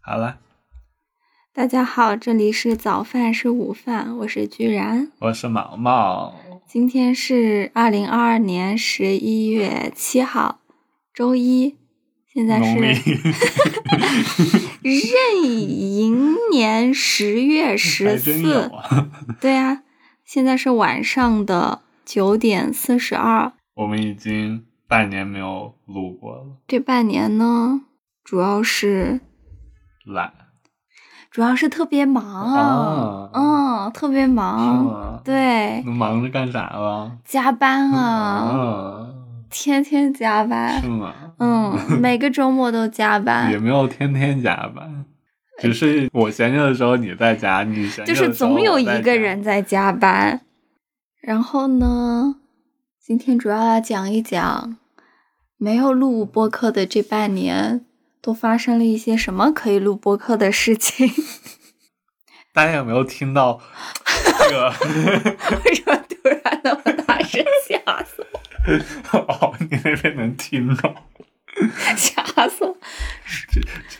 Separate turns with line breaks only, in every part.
好了，
大家好，这里是早饭是午饭，我是居然。
我是毛毛，
今天是二零二二年十一月七号，周一，现在
农历
是壬寅 年十月
还
十
真有
四，
啊。
对啊，现在是晚上的九点四十二。
我们已经半年没有录过了，
这半年呢，主要是
懒
主要是特别忙，嗯，特别
啊是
忙，
吗？嗯
对，
那忙着干啥了？
加班啊，
啊，
天天加
是
班，
吗？
嗯，每个周末都加班
也，没有天天加班，只是我闲着的时候你在家，你闲着
就
的时候
是总有一个人在加班。然后呢，今天主要来讲一讲没有录播客的这半年都发生了一些什么可以录播客的事情。
我 在家。大家有没有听到这个？
为什么突然那么大声？吓死
哦，你那边能听到？
我！吓死我！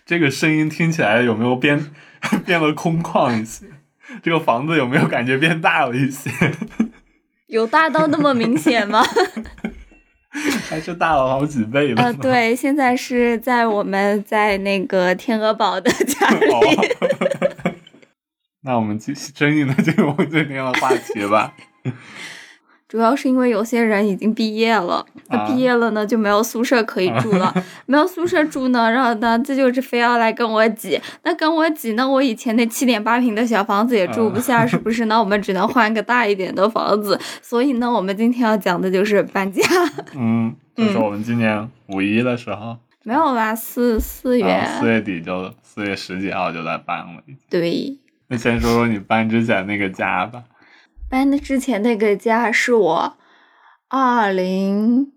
这个声音听起来有没有变 变得空旷一些？这个房子有没有感觉变大了一些？
有大到那么明显吗？
还是大了好几倍了？
呃，对，现在是在我们在那个天鹅堡的家里。
哦。 那我们继续争议的进入今天的话题 吧。
主要是因为有些人已经毕业了，他
啊
毕业了呢就没有宿舍可以住 了，没有宿舍住呢，然后呢这就是非要来跟我挤，那跟我挤呢，我以前那七点八平的小房子也住不
嗯
下，是不是？那我们只能换个大一点的房子，所以呢，我们今天要讲的就是搬家，
嗯，就是我们今年五一的时候，
没有吧？四四月，
然啊后四月底就四月十几号就在搬了。已经
对，
那先说说你搬之前那个家吧。
搬的之哎前那个家是我二零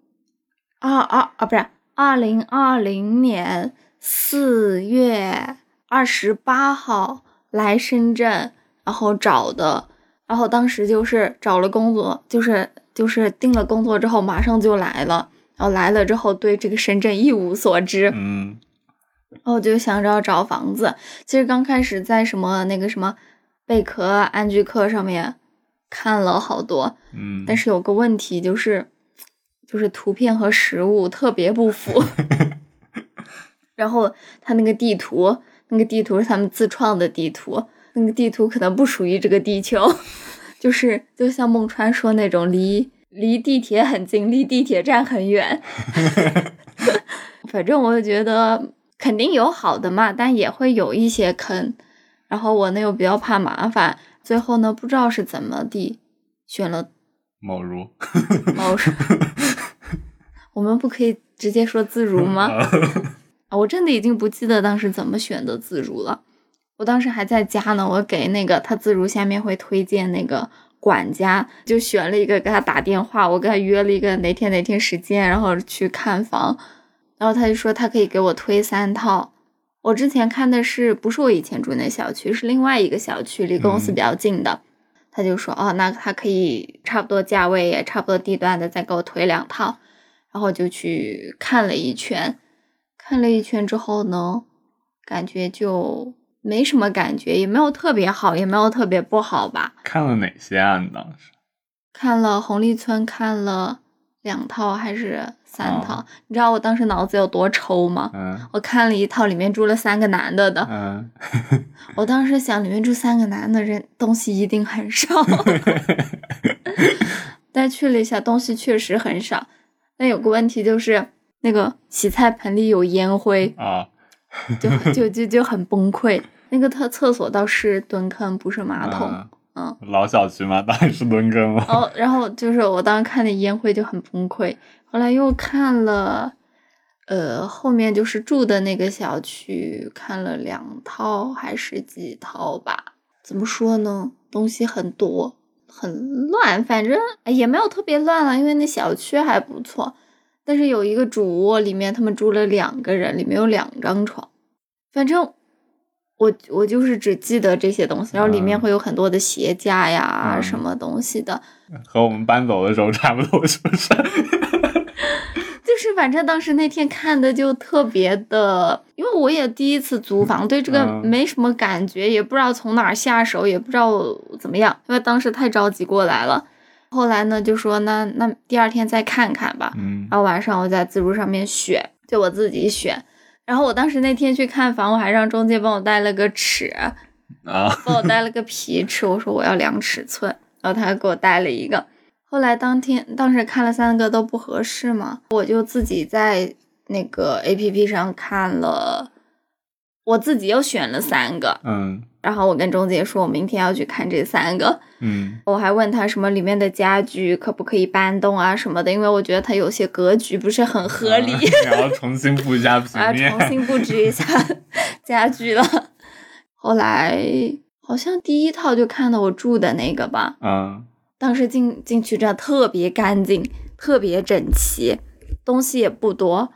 二二啊，不是二零二零年四月二十八号来深圳，然后找的，然后当时就是找了工作，就是就是定了工作之后马上就来了。然后来了之后，对这个深圳一无所知，
嗯，
然后我哦就想着要找房子。其实刚开始在什么那个什么贝壳啊、安居客上面看了好多，
嗯，
但是有个问题就是，就是图片和实物特别不符。然后他那个地图，那个地图是他们自创的地图，那个地图可能不属于这个地球， 就是就像孟川说那种离离地铁很近，离地铁站很远。 反正我就觉得肯定有好的嘛，但也会有一些坑。然后我呢又比较怕麻烦，最后呢不知道是怎么地选了
某如
猫是，我们不可以直接说自如吗？啊我真的已经不记得当时怎么选的自如了。我当时还在家呢，我给那个他自如下面会推荐那个管家，就选了一个给他打电话，我跟他约了一个哪天哪天时间，然后去看房，然后他就说他可以给我推三套。我之前看的是不是我以前住那小区，是另外一个小区，离公司
嗯
比较近的。他就说哦，那他可以差不多价位也差不多地段的再给我推两套，然后就去看了一圈，看了一圈之后呢，感觉就没什么感觉，也没有特别好，也没有特别不好吧。
看了哪些啊？你当时？
看了红绿村，看了两套还是三套？
啊
你知道我当时脑子有多抽吗？
嗯
我看了一套，里面住了三个男的的。
嗯。
我当时想，里面住三个男的人，东西一定很少。但去了一下，东西确实很少。但有个问题就是，那个洗菜盆里有烟灰，
啊，
就很就就就很崩溃。那个厕厕所倒是蹲坑，不是马桶。
啊
嗯
老小区嘛，当然是蹲坑 了。
哦，然后就是我当时看那烟灰就很崩溃，后来又看了，呃，后面就是住的那个小区，看了两套还是几套吧。怎么说呢？东西很多，很乱，反正哎也没有特别乱了，因为那小区还不错。但是有一个主卧，里面他们住了两个人，里面有两张床。反正我我就是只记得这些东西，然后里面
嗯
会有很多的鞋架呀、
嗯
什么东西的，
和我们搬走的时候差不多，是不是？
就就是反正当时那天看的就特别的，因为我也第一次租房，对这个
嗯
没什么感觉，也不知道从哪儿下手，也不知道怎么样，因为当时太着急过来了。后来呢，就说那那第二天再看看吧。
嗯
然后晚上我在自助上面选，就我自己选。然后我当时那天去看房，我还让中介帮我带了个尺，
啊，
帮我带了个皮尺，我说我要量尺寸，然后他还给我带了一个。后来当天当时看了三个都不合适嘛，我就自己在那个 A P P 上看了，我自己又选了三个，
嗯
然后我跟中介说，我明天要去看这三个，
嗯
我还问他什么里面的家具可不可以搬动啊什么的，因为我觉得他有些格局不是很合理。
啊 然后重新布一下平
啊，
面
重，新布置一下 家具了。后来好像第一套就看到我住的那个吧，
啊
当时进进去真的特别干净，特别整齐，东西也不多，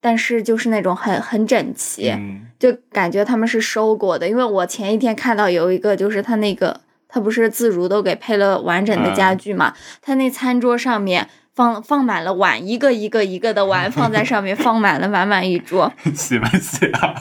但是就是那种很很整齐，
嗯
就感觉他们是收过的。因为我前一天看到有一个，就是他那个他不是自如都给配了完整的家具
嗯
嘛，他那餐桌上面放放满了碗，一个一个一个的碗放在上面，放满了满满一桌。
洗吧洗啊，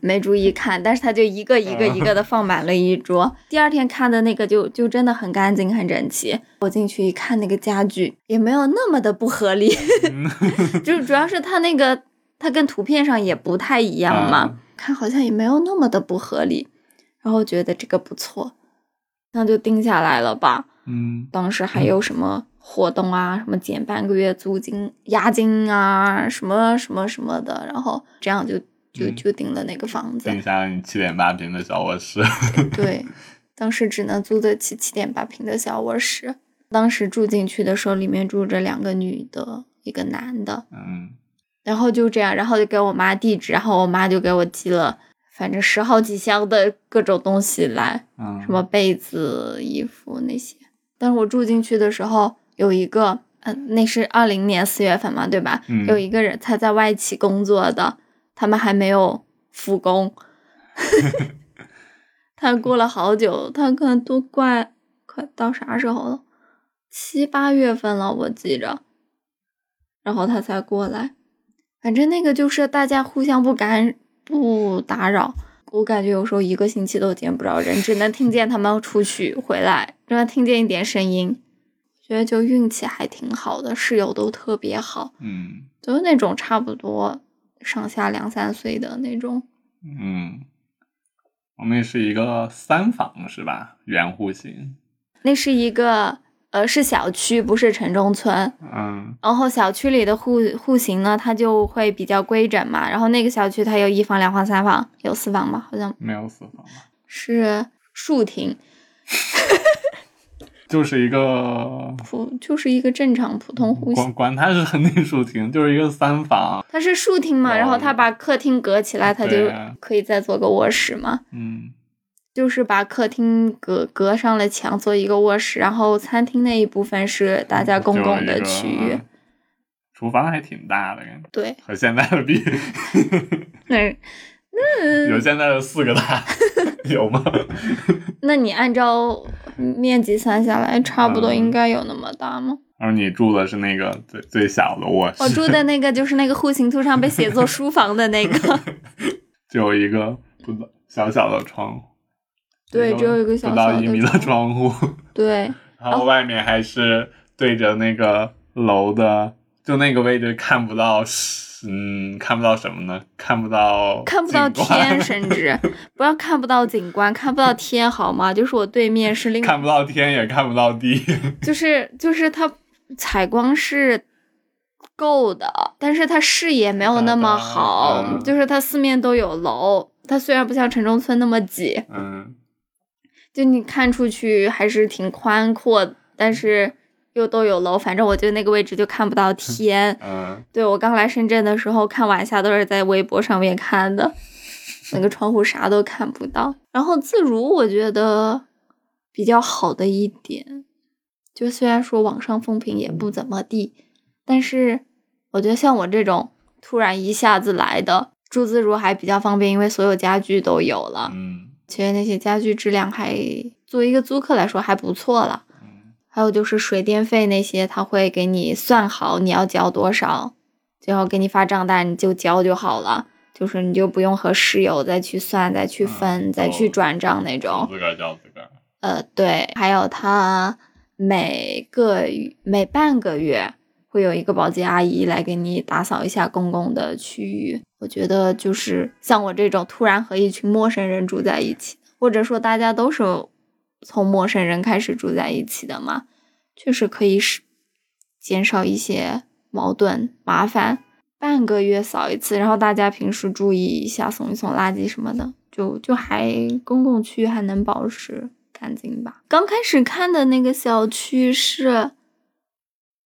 没注意看，但是他就一个一
哦
个一个的放满了一桌。第二天看的那个就就真的很干净很整齐。我进去一看，那个家具也没有那么的不合理，
嗯
就是主要是它那个它跟图片上也不太一样嘛，
啊
看好像也没有那么的不合理。然后觉得这个不错，那就定下来了吧。
嗯
当时还有什么活动啊，什么减半个月租金、押金啊，什么什么什么的，然后这样就就
嗯
就定了那个房子。
定下了你七点八平的小卧室，
对，当时只能租得起七点八平的小卧室。当时住进去的时候，里面住着两个女的，一个男的，
嗯
然后就这样，然后就给我妈地址，然后我妈就给我寄了，反正十好几箱的各种东西来，
嗯，
什么被子、衣服那些。但是我住进去的时候，有一个，嗯、那是二零年四月份嘛，对吧？
嗯
有一个人他在外企工作的，他们还没有复工。他过了好久，他可能都快快到啥时候了？七八月份了，我记着。然后他才过来，反正那个就是大家互相不干不打扰。我感觉有时候一个星期都见不着人，只能听见他们出去回来，只能听见一点声音。觉得就运气还挺好的，室友都特别好，
嗯
都是那种差不多上下两三岁的那种。
嗯，我们也是一个三房是吧？圆户型，
那是一个呃，是小区，不是城中村。
嗯
然后小区里的户户型呢，它就会比较规整嘛。然后那个小区它有一房、两房、三房，有四房吧？好像
没有四房吧，
是树亭，
就是一个
普就是一个正常普通户型。
管管它是恒定树亭，就是一个三房，
它是树亭嘛，
哦
然后它把客厅隔起来，它就
对啊
可以再做个卧室嘛。
嗯
就是把客厅隔隔上了墙，做一个卧室，然后餐厅那一部分是大家公共的
嗯
区
就有一
域
个。嗯厨房还挺大的感觉，
对，
和现在的比，
那
有现在的四个大， 有吗？
那你按照面积算下来，差不多
嗯
应该有那么大吗？
而你住的是那个最最小的卧
我
室，
哦住的那个就是那个户型图上被写作书房的 那个，
只有一个不到小小的窗户，
对，只有一个小
不
小
到一米的
窗，哦
窗户，
对，
然后外面还是对着那个楼的，就那个位置看不到是。嗯，看不到什么呢？看不到，
看不到天，，甚至不要看不到景观，看不到天好吗？就是我对面是另
看不到天，也看不到地。
就是就是它采光是够的，但是它视野没有那么好，
嗯
就是它四面都有楼，它虽然不像城中村那么挤，
嗯，
就你看出去还是挺宽阔，但是又都有楼，反正我觉得那个位置就看不到天。
嗯，
对我刚来深圳的时候，看晚霞都是在微博上面看的，那个窗户啥都看不到。然后自如，我觉得比较好的一点，就虽然说网上风评也不怎么地，但是我觉得像我这种突然一下子来的，住自如还比较方便，因为所有家具都有了，
嗯
其实那些家具质量还作为一个租客来说还不错了。
嗯
还有就是水电费那些，他会给你算好你要交多少，最后给你发账单，你就交就好了。就是你就不用和室友再去算、再去分、
嗯
再去
哦
转账那种。
自个儿交自个儿。
呃，对，还有他每个月每半个月会有一个保洁阿姨来给你打扫一下公共的区域。我觉得就是像我这种突然和一群陌生人住在一起，或者说大家都是从陌生人开始住在一起的嘛，确实可以是减少一些矛盾麻烦。半个月扫一次，然后大家平时注意一下，送一送垃圾什么的，就就还公共区还能保持干净吧。刚开始看的那个小区是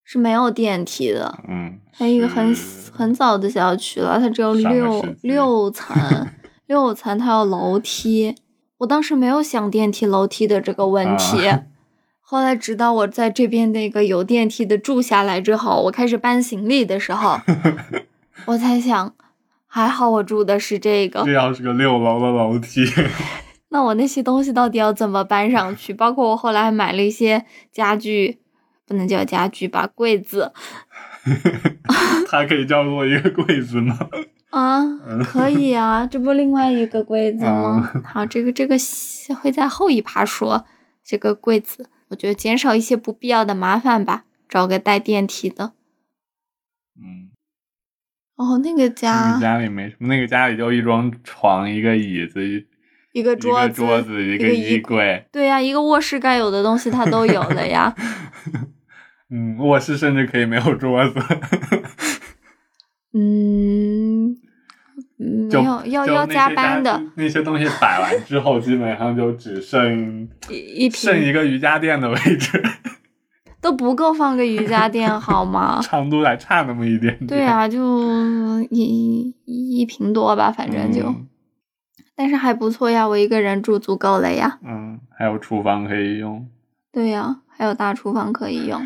是没有电梯的，
嗯，
它一个很
是
很早的小区了，它只有
上个
六
世纪
六层， 六层它有楼梯。我当时没有想电梯楼梯的这个问 题，
啊
后来直到我在这边那个有电梯的住下来之后，我开始搬行李的时 候，我才想，还好我住的是这个
这，要是个六楼的楼梯，
那我那些东西到底要怎么搬上去？包括我后来还买了一些家具，不能叫家具吧，柜子
它可以叫做一个柜子吗？
啊，可以啊， 这不另外一个柜子吗？
啊
好，这个这个会在后一趴说这个柜子，我觉得减少一些不必要的麻烦吧，找个带电梯的。
嗯，
哦，那个
那
家
个家里没什么，那个家里就一张床、一个椅子、一
一个
一个
桌
桌子、一个
衣
衣
柜，
柜。
对呀、一个卧室该有的东西它都有了 呀。
嗯，卧室甚至可以没有桌子，
嗯，嗯
就
没有要
就
要
那些
加班的
家那些东西摆完之后， 基本上就只剩
一一
剩
瓶
一个瑜伽垫的位置，
都不够放个瑜伽垫 好吗？
长度还差那么一点点。
啊对，啊，就一一一瓶多吧，反正就，
嗯
但是还不错呀，我一个人住足够了呀。
嗯，还有厨房可以用。
对呀、还有大厨房可 以用，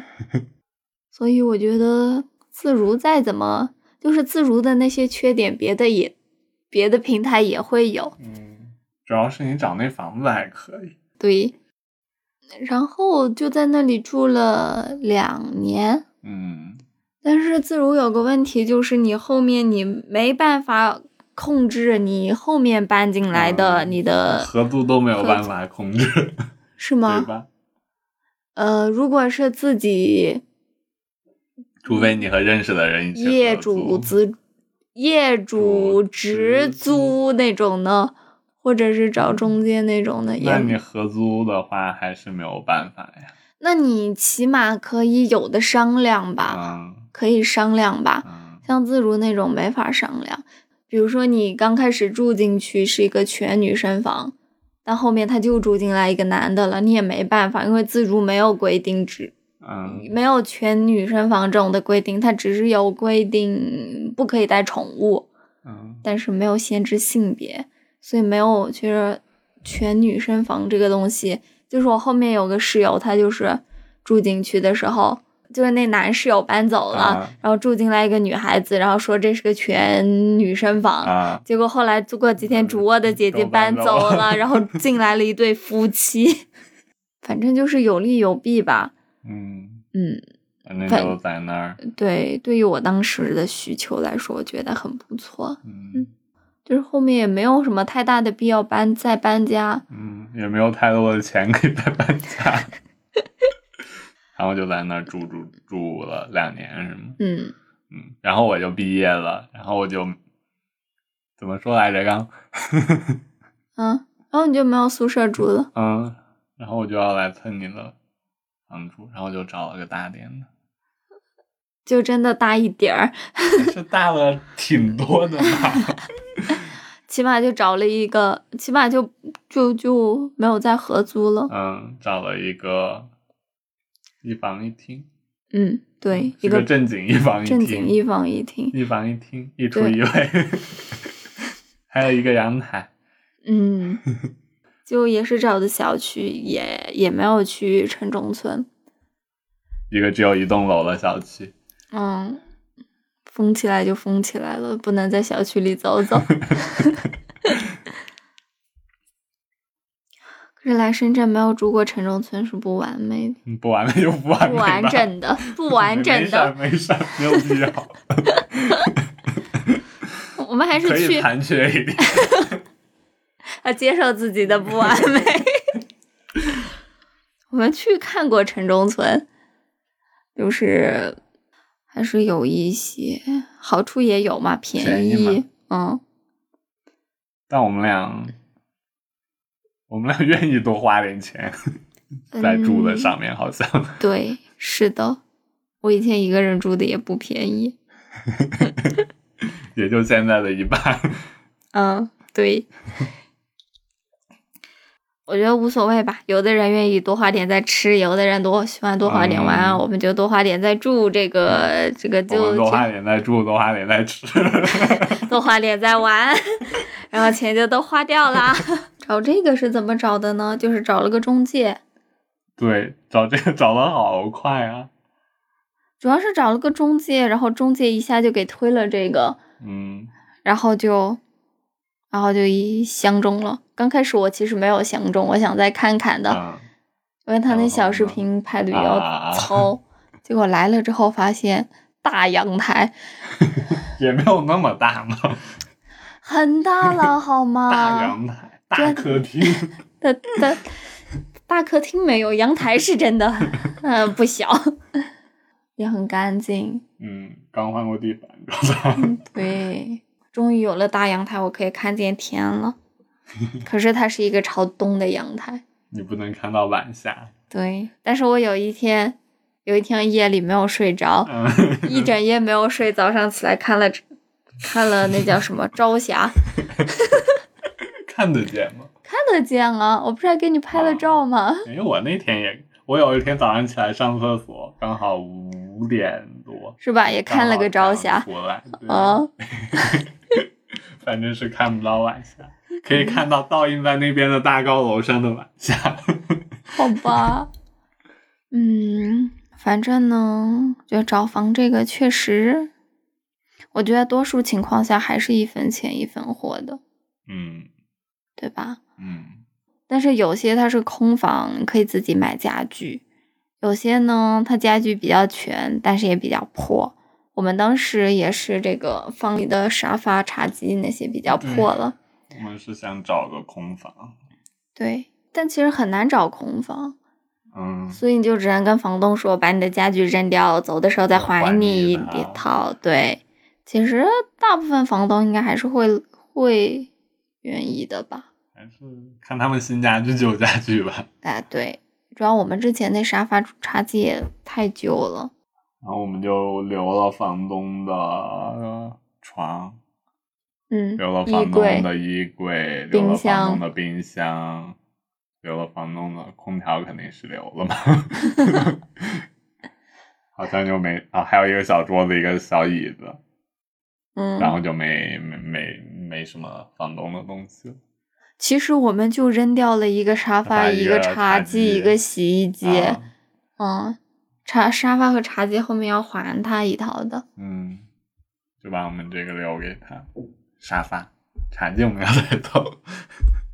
所以我觉得自如再怎么，就是自如的那些缺点，别的也别的平台也会有。
嗯，主要是你找那房子还可以。
对，然后就在那里住了两年，
嗯，
但是自如有个问题，就是你后面你没办法控制你后面搬进来的
嗯
你的、
合租都没有办法控制，
是
对
吗？
吧？
呃，如果是自己
除非你和认识的人一起合租
业主资业
主
主直
直
租那种呢，或者是找中介那种的，也
那你合租的话还是没有办法呀。
那你起码可以有的商量吧，
嗯
可以商量吧。
嗯
像自如那种没法商量。比如说你刚开始住进去是一个全女生房，但后面他就住进来一个男的了，你也没办法，因为自如没有规定只
嗯
没有全女生房这种的规定，它只是有规定不可以带宠物，
嗯，
但是没有限制性别，所以没有其实全女生房这个东西，就是我后面有个室友，她就是住进去的时候，就是那男室友搬走了，
啊
然后住进来一个女孩子，然后说这是个全女生房。
啊，
结果后来过几天，主卧的姐姐
都搬
走
走了
了，然后进来了一对夫妻，反正就是有利有弊吧。
嗯，
嗯，
反正
反
就在那儿，
对，对于我当时的需求来说，我觉得很不错。
嗯
就是后面也没有什么太大的必要搬再搬家，
嗯，也没有太多的钱可以再搬家， 然后就在那儿住住住了两年，是吗？
嗯，
嗯，然后我就毕业了，然后我就怎么说来着？刚，
啊，然后你就没有宿舍住了，
嗯，然后我就要来蹭你的房住，然后就找了个大点的，
就真的大一点儿，
还哎是大了挺多的吧。
起码就找了一个，起码就就就没有再合租了。
嗯，找了一个一房一厅，
嗯，对，一
是
个
个正经一房一厅，
正经一房一厅，
一房一厅，一厨
对
一卫， 还有一个阳台。
嗯，就也是找的小区，也也没有去城中村，
一个只有一栋楼的小区，
嗯，封起来就封起来了，不能在小区里走走。 可是来深圳没有住过城中村是不完美的，
嗯不完美就不完
不
美吧，
完整的，不完整的。
没没事儿，没事儿没有必要，
我们还是
可以
去
残缺一点。
啊，接受自己的不完美。 我们去看过城中村，就是还是有一些好处也有嘛，便
便宜嘛
嗯，
但我们俩，我们俩愿意多花点钱在住的上面，好像
嗯。对，是的，我以前一个人住的也不便宜。
也就现在的一半。
嗯，对。我觉得无所谓吧，有的人愿意多花点在吃，有的人多喜欢多花点玩，
嗯
我们就多花点在住，这个这个
我
就
们多花点在住，多花点在吃。
多花点在玩，然后钱就都花掉 啦。找这个是怎么找的呢？就是找了个中介，
对，找这个找的好快啊！
主要是找了个中介，然后中介一下就给推了这个，
嗯，
然后就，然后就一相中了。刚开始我其实没有相中，我想再看看的，
啊，
因为他那
然后
小视
呢
频拍的比
啊
较糙。结果来了之后发现大阳台
也没有那么大嘛，
很 大了，好吗？
大阳台、大
啊真
客厅，
的的大客厅没有，阳台是真的， 嗯、不小，也很干净。
嗯，刚换过地板，你知道
嗯
吗？
对，终于有了大阳台，我可以看见天了。 可是它是一个朝东的阳台，
你不能看到晚霞。
对。但是我有一天，有一天夜里没有 睡着，
嗯，
一整夜没有睡，早上起来看了看了那叫什么朝霞，
看得见吗？
看得见啊！我不是还给你拍了照吗？
因为我那天也，我有一天早上起来上厕所，刚好五点多，
是啊吧？也看了个朝
刚
霞，
好看出来，对
啊，
反正是看不到晚霞，可 以看到倒映在那边的大高楼上的晚霞。
好吧，嗯，反正呢，觉得找房这个确实，我觉得多数情况下还是一分钱一分货的，
嗯
对吧？
嗯，
但是有些它是空房，你可以自己买家具；有些呢，它家具比较全，但是也比较破。我们当时也是这个房里的沙发、茶几那些比较破了，
我们是想找个空房。
对。但其实很难找空房，
嗯，
所以你就只能跟房东说，把你的家具扔掉，走的时候再还你啊一
还你一套
套。对，其实大部分房东应该还是会会愿意的吧。
还是看他们新家具旧家具吧。
哎，对，主要我们之前那沙发茶几也太旧了。
然后我们就留了房东的呃床，
嗯，
留了
衣
房
柜
东的衣柜，
冰
留了房
箱
东的冰箱，留了房东的空调，肯定是留了 嘛。好像就没啊，还有一个小桌子，一个小椅子，然
嗯，
后就没没没没什么房东的东西了。
其实我们就扔掉了一个
沙
沙发、
发
一
一
个
个
茶
茶
几、
几
一个洗衣机。
啊
嗯，茶沙发和茶几后面要还他一套的。
嗯，就把我们这个留给他。沙发、茶几我们要再偷。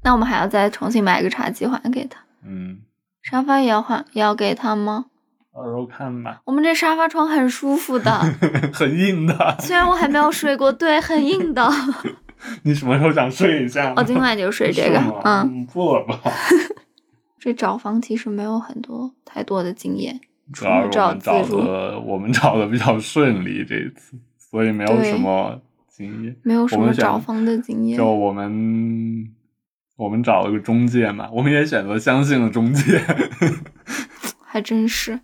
那我们还要再重新买一个茶几还给他，
嗯，
沙发也要还，也要给他吗？
到时候看吧，
我们这沙发床很舒服的，
很硬的。
虽然我还没有睡过，对，很硬的。
你什么时候想睡一下呢？
哦我今晚就睡这个
是吗，
嗯，，
不了吧。
这找房其实没有很多太多的经验，
主要是我们
找
找
自助
的 我们找的比较顺利这一次，所以没有
对
什么经验。
没有什
我
么
们选
找房的经验
就。我们我们找了个中介嘛，我们也选择相信了中介。
还真是。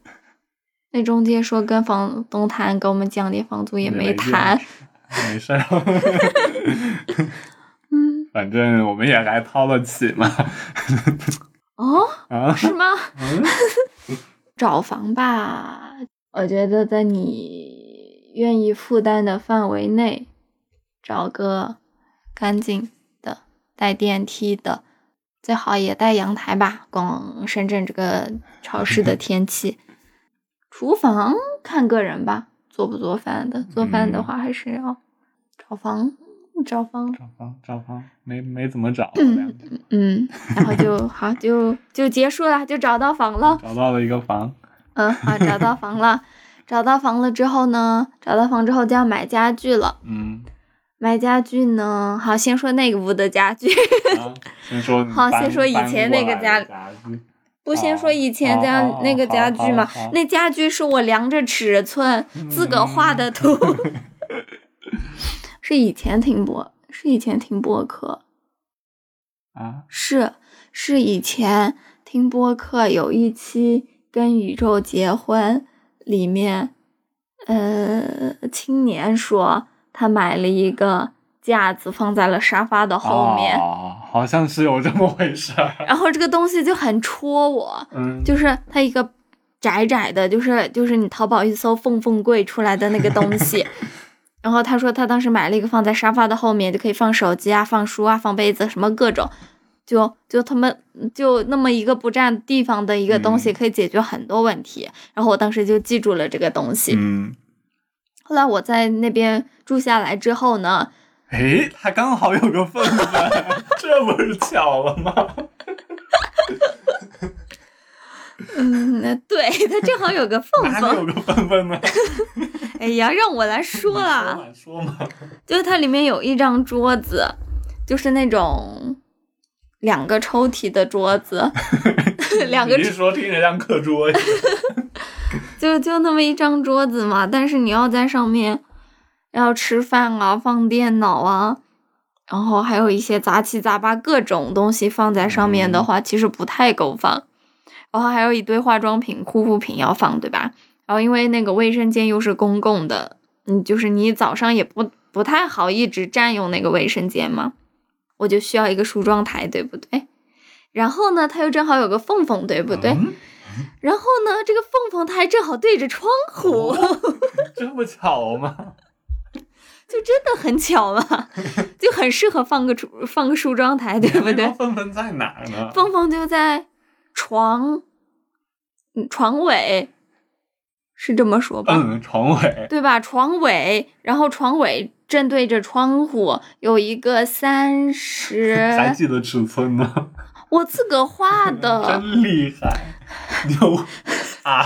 那中介说跟房东谈，给我们降点房租也
也
没
没
谈。
没事儿，
嗯
反正我们也还掏得起嘛。
哦，
啊，
是吗？
嗯
找房吧，我觉得在你愿意负担的范围内，找个干净的、带电梯的，最好也带阳台吧。光深圳这个潮湿的天气，厨房看个人吧，做不做饭的，做饭的
嗯
话还是要找房赵方，
赵方，赵方，没没怎么找，我俩
嗯，然后就 好就就结束了，就找到房了。
找到了一个房，
嗯，好，找到房了。找到房了之后呢，找到房之后就要买家具了。
嗯，
买家具呢，好，先说那个屋的家具，
啊先说你
好
搬
先说以
搬
前
过
那个
来
家
的家具
不先说以前家、
哦哦哦
那个家具嘛
好嗯好好，
那家具是我量着尺寸自个儿画的图，
嗯
是以前听播，是以前听播客，
啊，
是是以前听播客有一期跟宇宙结婚，里面呃青年说他买了一个架子放在了沙发的后面，
哦好像是有这么回事儿，
然后这个东西就很戳我，
嗯，
就是它一个窄窄的，就是就是你淘宝一搜缝缝柜出来的那个东 西。然后他说他当时买了一个放在沙发的后面，就可以放手机啊、放书啊、放杯子什么各种，就就他们就那么一个不占地方的一个东西，
嗯
可以解决很多问题。然后我当时就记住了这个东西。
嗯，
后来我在那边住下来之后呢，
诶，它刚好有个缝分， 这不是巧了吗？
嗯，那对它正好有个缝
哪里有
缝。
个分分呢？
哎呀，让我来说啊啦。
你说嘛，说嘛
就是它里面有一张桌子，就是那种两个抽屉的桌子， 两个
你是说听着像课桌一样？
就就那么一张桌子嘛。但是你要在上面要吃饭啊，放电脑啊，然后还有一些杂七杂八各种东西放在上面的话，其实不太够放。然后还有一堆化妆品、护肤品要放，对吧？然后因为那个卫生间又是公共的，嗯，就是你早上也不不太好一直占用那个卫生间嘛，我就需要一个梳妆台，对不对？然后呢，它又正好有个缝缝，对 不对？
嗯
然后呢，这个缝缝它还正好对着窗户，
这么巧吗？
就真的很巧嘛，就很适合放个梳放个梳妆台，对不
那
对？
分分在哪儿呢？
缝缝就在床嗯床尾，是这么说吧？
嗯，床尾，
对吧？床尾，然后床尾正对着窗户，有一个三
还
十，
记得尺寸呢？
我自个儿画的，
嗯真厉害， 牛啊！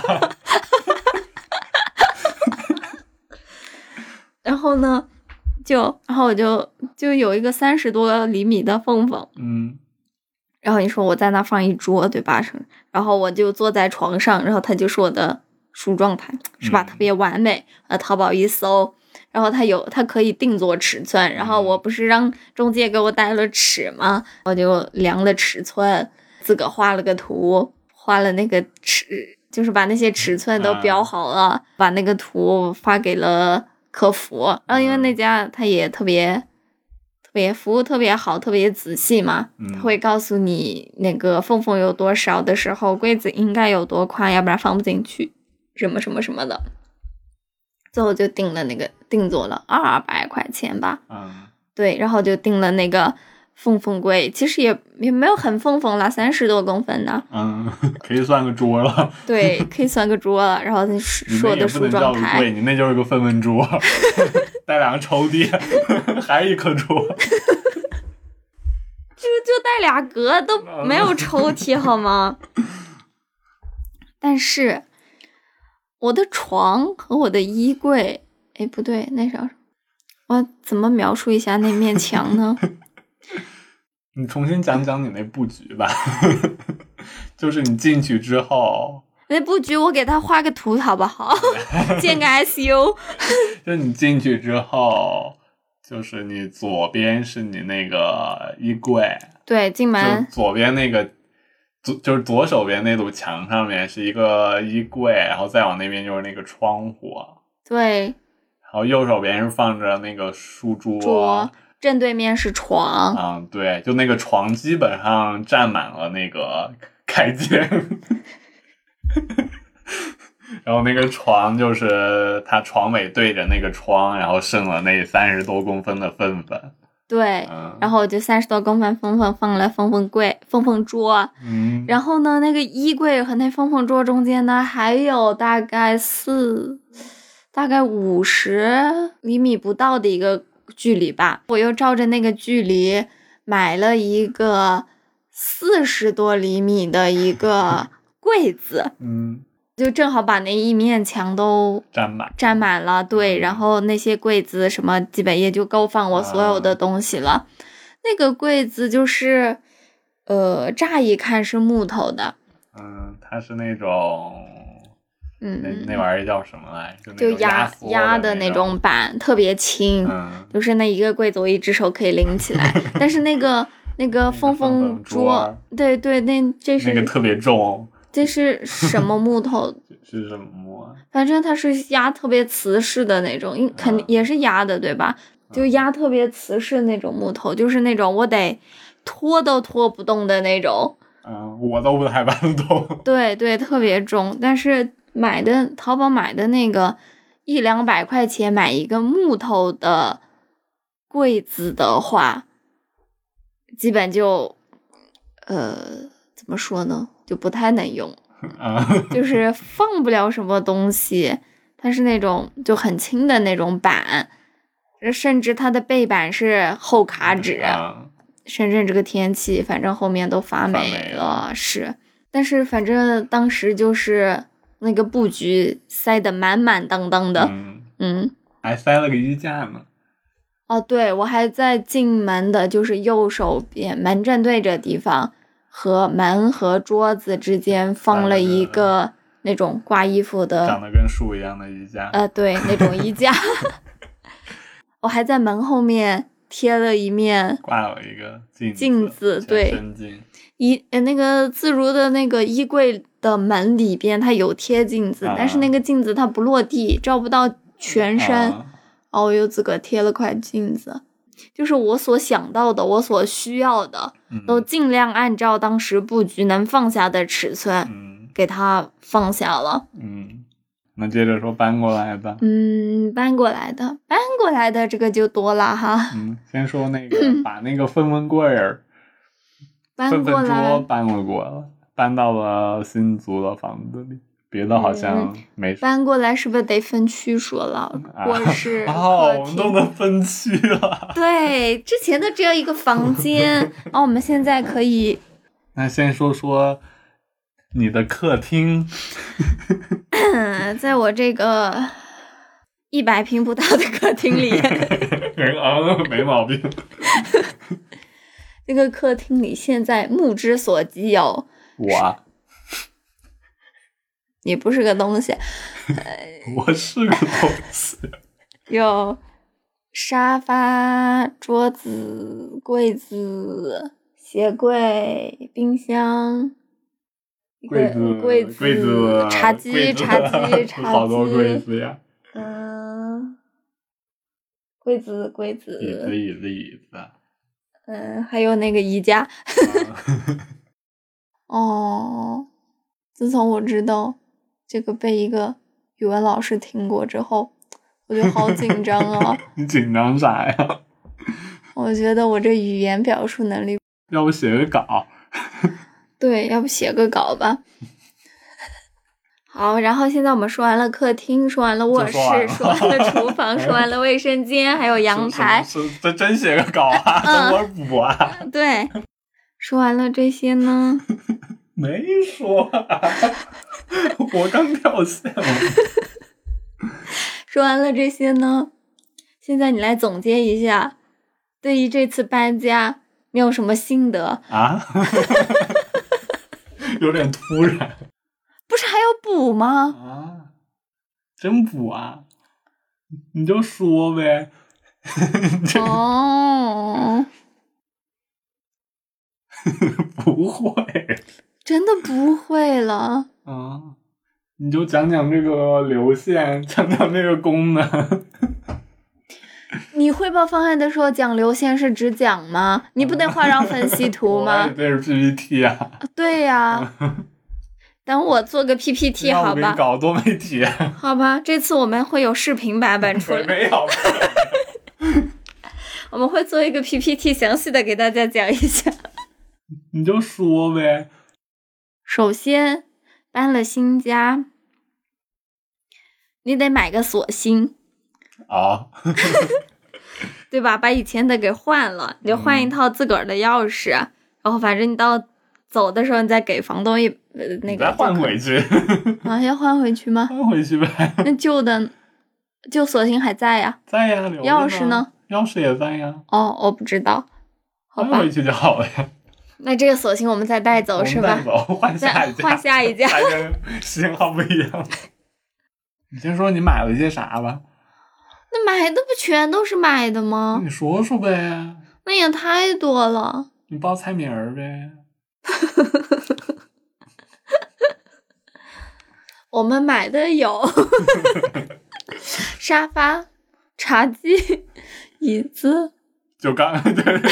然后呢，就然后我就就有一个三十多厘米的缝缝。
嗯，
然后你说我在那放一桌，对吧？ 然后我就坐在床上，然后它就是我的梳妆台，是吧？
嗯
特别完美。呃，淘宝一搜，然后它有它可以定做尺寸，然后我不是让中介给我带了尺吗？我就量了尺寸，自个儿画了个图，画了那个尺，就是把那些尺寸都标好了，把那个图发给了客服。然后因为那家他也特别。特别服务特别好，特别仔细嘛，
嗯
他会告诉你那个缝缝有多少的时候，柜子应该有多宽，要不然放不进去，什么什么什么的。最后就定了那个定做了二百块钱吧，
嗯
对，然后就定了那个缝缝柜，其实也也没有很缝缝啦，三十多公分呢，
嗯，可以算个桌了。
对，可以算个桌了。然后那是
你
是
那
我
也
的
不
梳
能叫
妆
个
台，
柜，你那就是个分分桌， 带两个抽屉， 还一颗桌。
就就带俩格都没有抽屉好吗？ 但是我的床和我的衣柜，哎，不对，那啥，我怎么描述一下那面墙呢？
你重新讲讲你那布局吧， 就是你进去之后，
那布哎局我给它画个图好不好？ 建个 SU，
就是你进去之后，就是你左边是你那个衣柜，
对，进
就
门，
左边那个左就是左手边那堵墙上面是一个衣柜，然后再往那边就是那个窗户，
对，
然后右手边是放着那个书桌。
桌正对面是床，
嗯，对，就那个床基本上占满了那个开间， 然后那个床就是它床尾对着那个窗，然后剩了那三十多公分的粪粪。
对，
嗯，
然后我就三十多公分缝缝放了缝缝柜、缝缝桌，
嗯，
然后呢，那个衣柜和那缝缝桌中间呢，还有大概四、大概五十厘米不到的一个距离吧，我又照着那个距离买了一个四十多厘米的一个柜子，
嗯，
就正好把那一面墙都
占满，
占满了，对，然后那些柜子什么基本也就够放我所有的东西了。那个柜子就是，呃，乍一看是木头的，
嗯，它是那种那
嗯，
那玩意儿叫什么来？就那
就
种
压
缩
的
那
那种板，特别轻，
嗯，
就是那一个柜子我一只手可以拎 起来，但是那个。那个
风
风
风
桌
桌，
对对，那这是、
那个特别重，
这是什么木头？
是什么？
反正它是压特别瓷实的那种，应
嗯
肯定也是压的，对吧？就压特别瓷实那种木头，就是那种我得拖都拖不动的那种。
嗯，我都不太搬得动。
对对，特别重。但是买的淘宝买的那个一两百块钱买一个木头的柜子的话，基本就呃怎么说呢，就不太能用。
啊，
就是放不了什么东西，它是那种就很轻的那种板，甚至它的背板是厚卡纸。
啊，
深圳这个天气，反正后面都发霉
发霉了
是。但是反正当时就是那个布局塞得满满当当的，
嗯，
嗯
还塞了个衣架呢。
哦，对，我还在进门的，就是右手边门正对着地方，和门和桌子之间放了一个那种挂衣服
长
的，
得跟树一样的衣架。
呃，对，那种 衣架。 我还在门后面贴了一面
挂了一个镜
镜子对
全身镜，
衣，呃，那个自如的那个衣柜的门里边，它有贴镜子，但是那
啊
个镜子它不落地，照不到全身。
啊
哦，我又自个儿贴了块镜子，就是我所想到的，我所需要的，
嗯
都尽量按照当时布局能放下的尺寸
嗯
给它放下了。
嗯，那接着说搬过来吧。
嗯，搬过来的，搬过来的这个就多了哈，
嗯，先说 那个，把那个分文柜儿、
搬
分
过
分桌
来。
搬了过了，搬到了新租的房子里。别的好像没什么。
嗯搬过来是不是得分区说了？
啊
卧 室、
哦，我们
客厅
弄得分区了。
对，之前都只有一个房间，然后我们现在可以
那先说说你的客厅，
在我这个一百平不到的客厅里，
嗯，没毛病。
这个客厅里现在目之所及有，
我啊
也不是个东西，
我是个 东西，
有沙发、桌子、柜子、鞋柜、冰箱。一个
柜子
柜子、
柜子啊
茶几、
柜子
茶 几、茶几，
好多柜子呀，
嗯，柜子、柜子，
椅子椅子椅子。
嗯，还有那个宜
啊
家。哦，自从我知道这个被一个语文老师听过之后，我就好紧张啊！
你紧张啥呀？
我觉得我这语言表述能力，
要不写个稿？
对，要不写个稿吧。好，然后现在我们说完了客厅，说完了卧
就
室，
说完了
说完了厨 房，说完了卫生间，还有阳台。
是是这真写个稿 啊？
嗯
等会儿补啊？
对，说完了这些呢，
没说啊、我刚掉线了。
说完了这些呢，现在你来总结一下，对于这次搬家，你有什么心得？
啊？ 有点突然
不是还要补吗？
啊？真补啊？你就说呗。
哦，
不会
真的不会了。
啊？你就讲讲这个流线，讲讲这个功能。
你汇报方案的时候讲流线是只讲吗？你不得画张分析图 吗？
这是 PPT 啊。
对呀、等我做个 PPT
要
好
我给你
吧？
搞多媒体，啊
好吧，这次我们会有视频版本出来，
没有，
我们会做一个 PPT，详细的给大家讲一下。
你就说呗。
首先搬了新家，你得买个锁芯，
啊，
对吧？把以前的给换了，你就换
嗯
一套自个儿的钥匙，然后反正你到走的时候，你再给房东一呃那
你
个
再换
就可以
回去，
啊，要换回去吗？
换回去呗，
那旧的就锁芯还在呀？
在呀，留着
钥匙呢？
钥匙也在呀，
哦，我不知道，好
换
吧
回，去就好了呀。
那这个锁芯我们再带
哦我
走
们
是
再
吧？
走，换下
再
一
换下一家。
还跟型号不一样。 你先说你买了些啥吧，
那买的不全都是买的吗？
你说说呗，
那也太多了。
你报菜名儿呗。
我们买的有沙发、茶几、椅子，
就刚 对，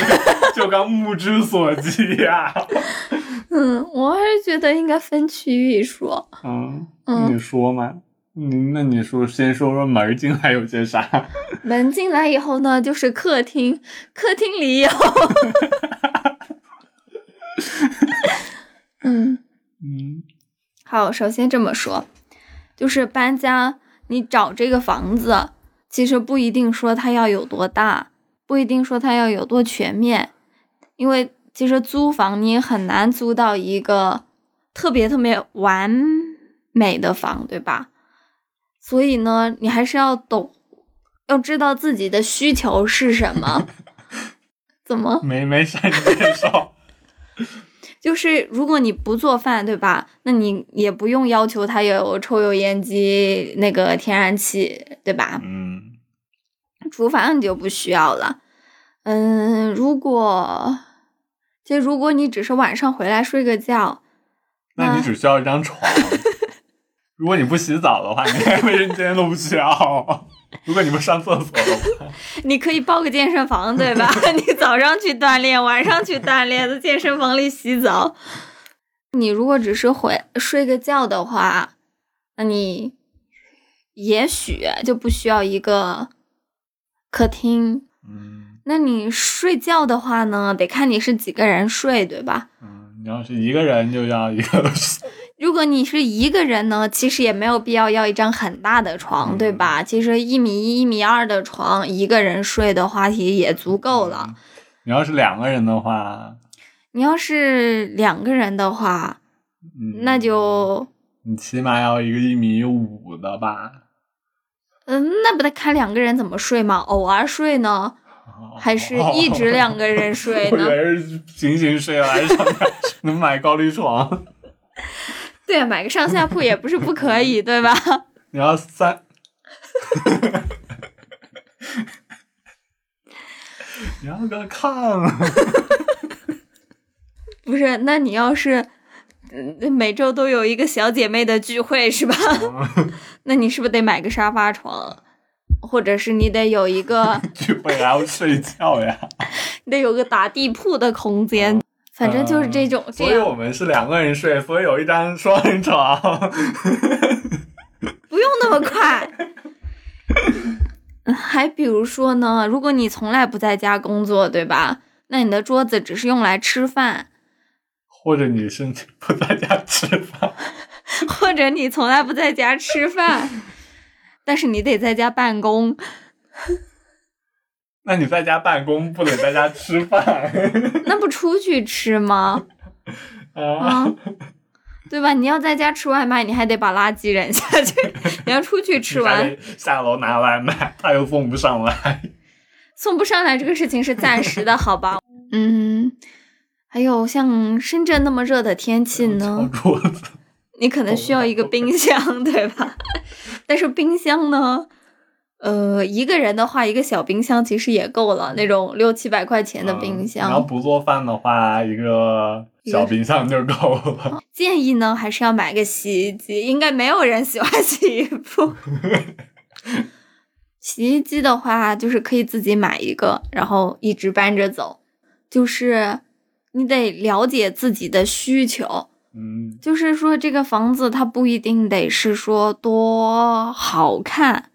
就刚目之所及 呀、
嗯，我还是觉得应该分区域说。
嗯，
嗯
你说嘛，你那你说先说说门儿进来有些啥？
门进来以后呢，就是客厅，客厅里有，嗯，
嗯
好，首先这么说，就是搬家，你找这个房子，其实不一定说它要有多大，不一定说它要有多全面，因为其实租房你也很难租到一个特别特别完美的房，对吧？所以呢，你还是要懂，要知道自己的需求是什么。 怎么？
没没啥，你介绍。
就是如果你不做饭，对吧？那你也不用要求它有抽油烟机、那个天然气，对吧？
嗯，
厨房你就不需要了。嗯，如果就如果你只是晚上回来睡个觉，
那你只需要一张 床。如果你不洗澡的话，你连卫生间都不需要。 如果你不上厕所的话，
你可以报个健身房，对吧？ 你早上去锻炼，晚上去锻炼，在健身房里洗澡。你如果只是回睡个觉的话，那你也许就不需要一个客厅。
嗯
那你睡觉的话呢，得看你是几个人睡，对吧？
嗯，你要是一个人就要一个，
如果你是一个人呢，其实也没有必要要一张很大的床，对吧？其实一米一、一米二的床，一个人睡的话，其实也足够了。
嗯你要是两个人的话，
你要是两个人的话，
嗯、
那就
你起码要一个一米五的吧。
嗯，那不得看两个人怎么睡吗？偶尔睡呢，还是一 直两个人睡
哦我以
呢？
为是平行睡了，还是上面 能买高丽床？
对，啊买个上下铺也不是不可以，对吧？
你要三， 你要个炕，
不是，那你要是嗯每周都有一个小姐妹的聚会是吧？ 那你是不是得买个沙发床？或者是你得有 一个，
聚会还要睡觉呀。
你得有个打地铺的空间，反正就是这种、
哦嗯
这
所以
样，
我们是两个人睡，所以有一张双人床。
不用那么快。 还比如说呢，如果你从来不在家工作，对吧？那你的桌子只是用来吃饭，
或者你甚至不在家吃饭，
或者你从来不在家吃饭，但是你得在家办公，
那你在家办公，不得在家吃饭
那不出去吃吗？
啊？
啊，对吧？你要在家吃外卖，你还得把垃圾扔下去； 你要出去吃
你还
完，
得下楼拿外卖，他又送不上来。
送不上来这个事情是暂时的，好吧？嗯，还有像深圳那么热的天气呢，
敲桌子。
你可能需要一个冰箱， 对吧？但是冰箱呢，呃，一个人的话，一个小冰箱其实也够了，那种六七百块钱的冰
嗯你要
箱。
不做饭的话，一个小冰箱就够了。
建议呢，还是要买个洗衣机，应该没有人喜欢 洗衣服。洗衣机的话，就是可以自己买一个，然后一直搬着走。就是你得了解自己的需求，
嗯，
就是说这个房子它不一定得是说多好看，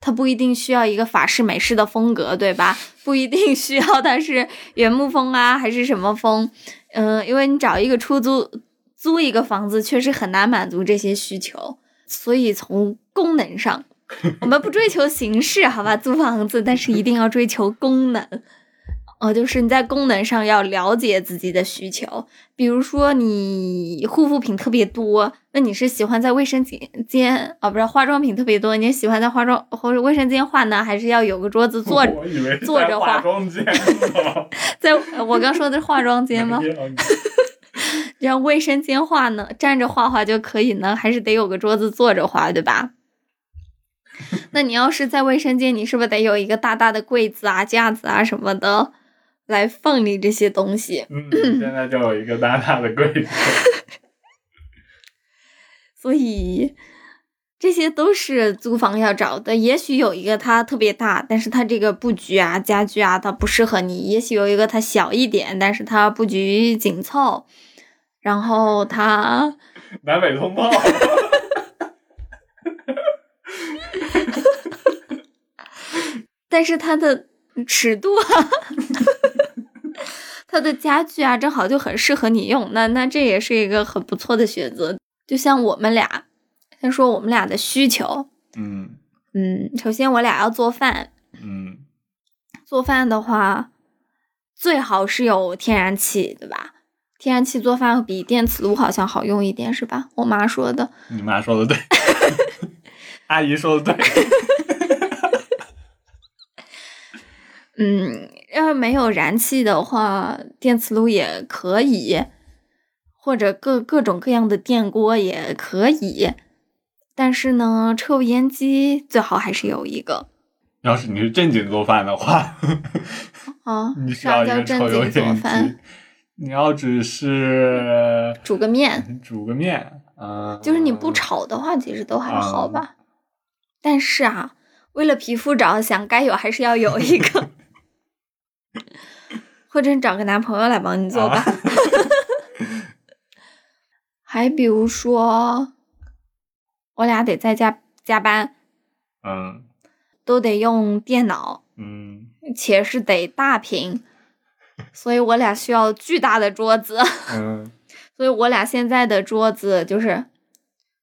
它不一定需要一个法式美式的风格，对吧？不一定需要它是原木风啊，还是什么风？嗯、因为你找一个出租租一个房子，确实很难满足这些需求，所以从功能上我们不追求形式，好吧？租房子，但是一定要追求功能。哦，就是你在功能上要了解自己的需求，比如说你护肤品特别多，那你是喜欢在卫生间间啊，不是化妆品特别多，你喜欢在化妆或者卫生间画呢，还是要有个桌子坐
我以为
坐着
在化
画？
妆间 呢
在我刚说的是化妆间吗？
没有嗯
让卫生间画呢，站着画画就可以呢，还是得有个桌子坐着画，对吧？ 那你要是在卫生间，你是不是得有一个大大的柜子啊、架子啊什么的，来放你这些东西？
嗯，现在就有一个大大的柜子。
所以这些都是租房要找的。也许有一个它特别大，但是它这个布局啊、家具啊，它不适合你；也许有一个它小一点，但是它布局紧凑，然后它
南北通 道。
但是它的尺度啊，它的家具啊，正好就很适合你用。那那这也是一个很不错的选择。就像我们俩，先说我们俩的需求，
嗯
嗯，首先我俩要做饭，
嗯
做饭的话最好是有天然气，对吧？天然气做饭比电磁炉好像好用一点，是吧？我妈说的。
你妈说 的对，阿姨说的对。
嗯，要是没有燃气的话，电磁炉也可以，或者各各种各样的电锅也可以。但是呢，抽油烟机最好还是有一个
要是你是正经做饭的话，
啊，
你需
啥
要一
叫
个
正
抽油
经做
烟
饭
机？。你要只是
煮个面，
煮个面，嗯，啊
就是你不炒的话，其实都还好吧。但是啊，为了皮肤着想，该有还是要有一 个。或者你找个男朋友来帮你做吧。
啊
还比如说，我俩得在家加班，
嗯
都得用电脑，
嗯，
且是得大屏，所以我俩需要巨大的桌子。
嗯，
所以我俩现在的桌子就是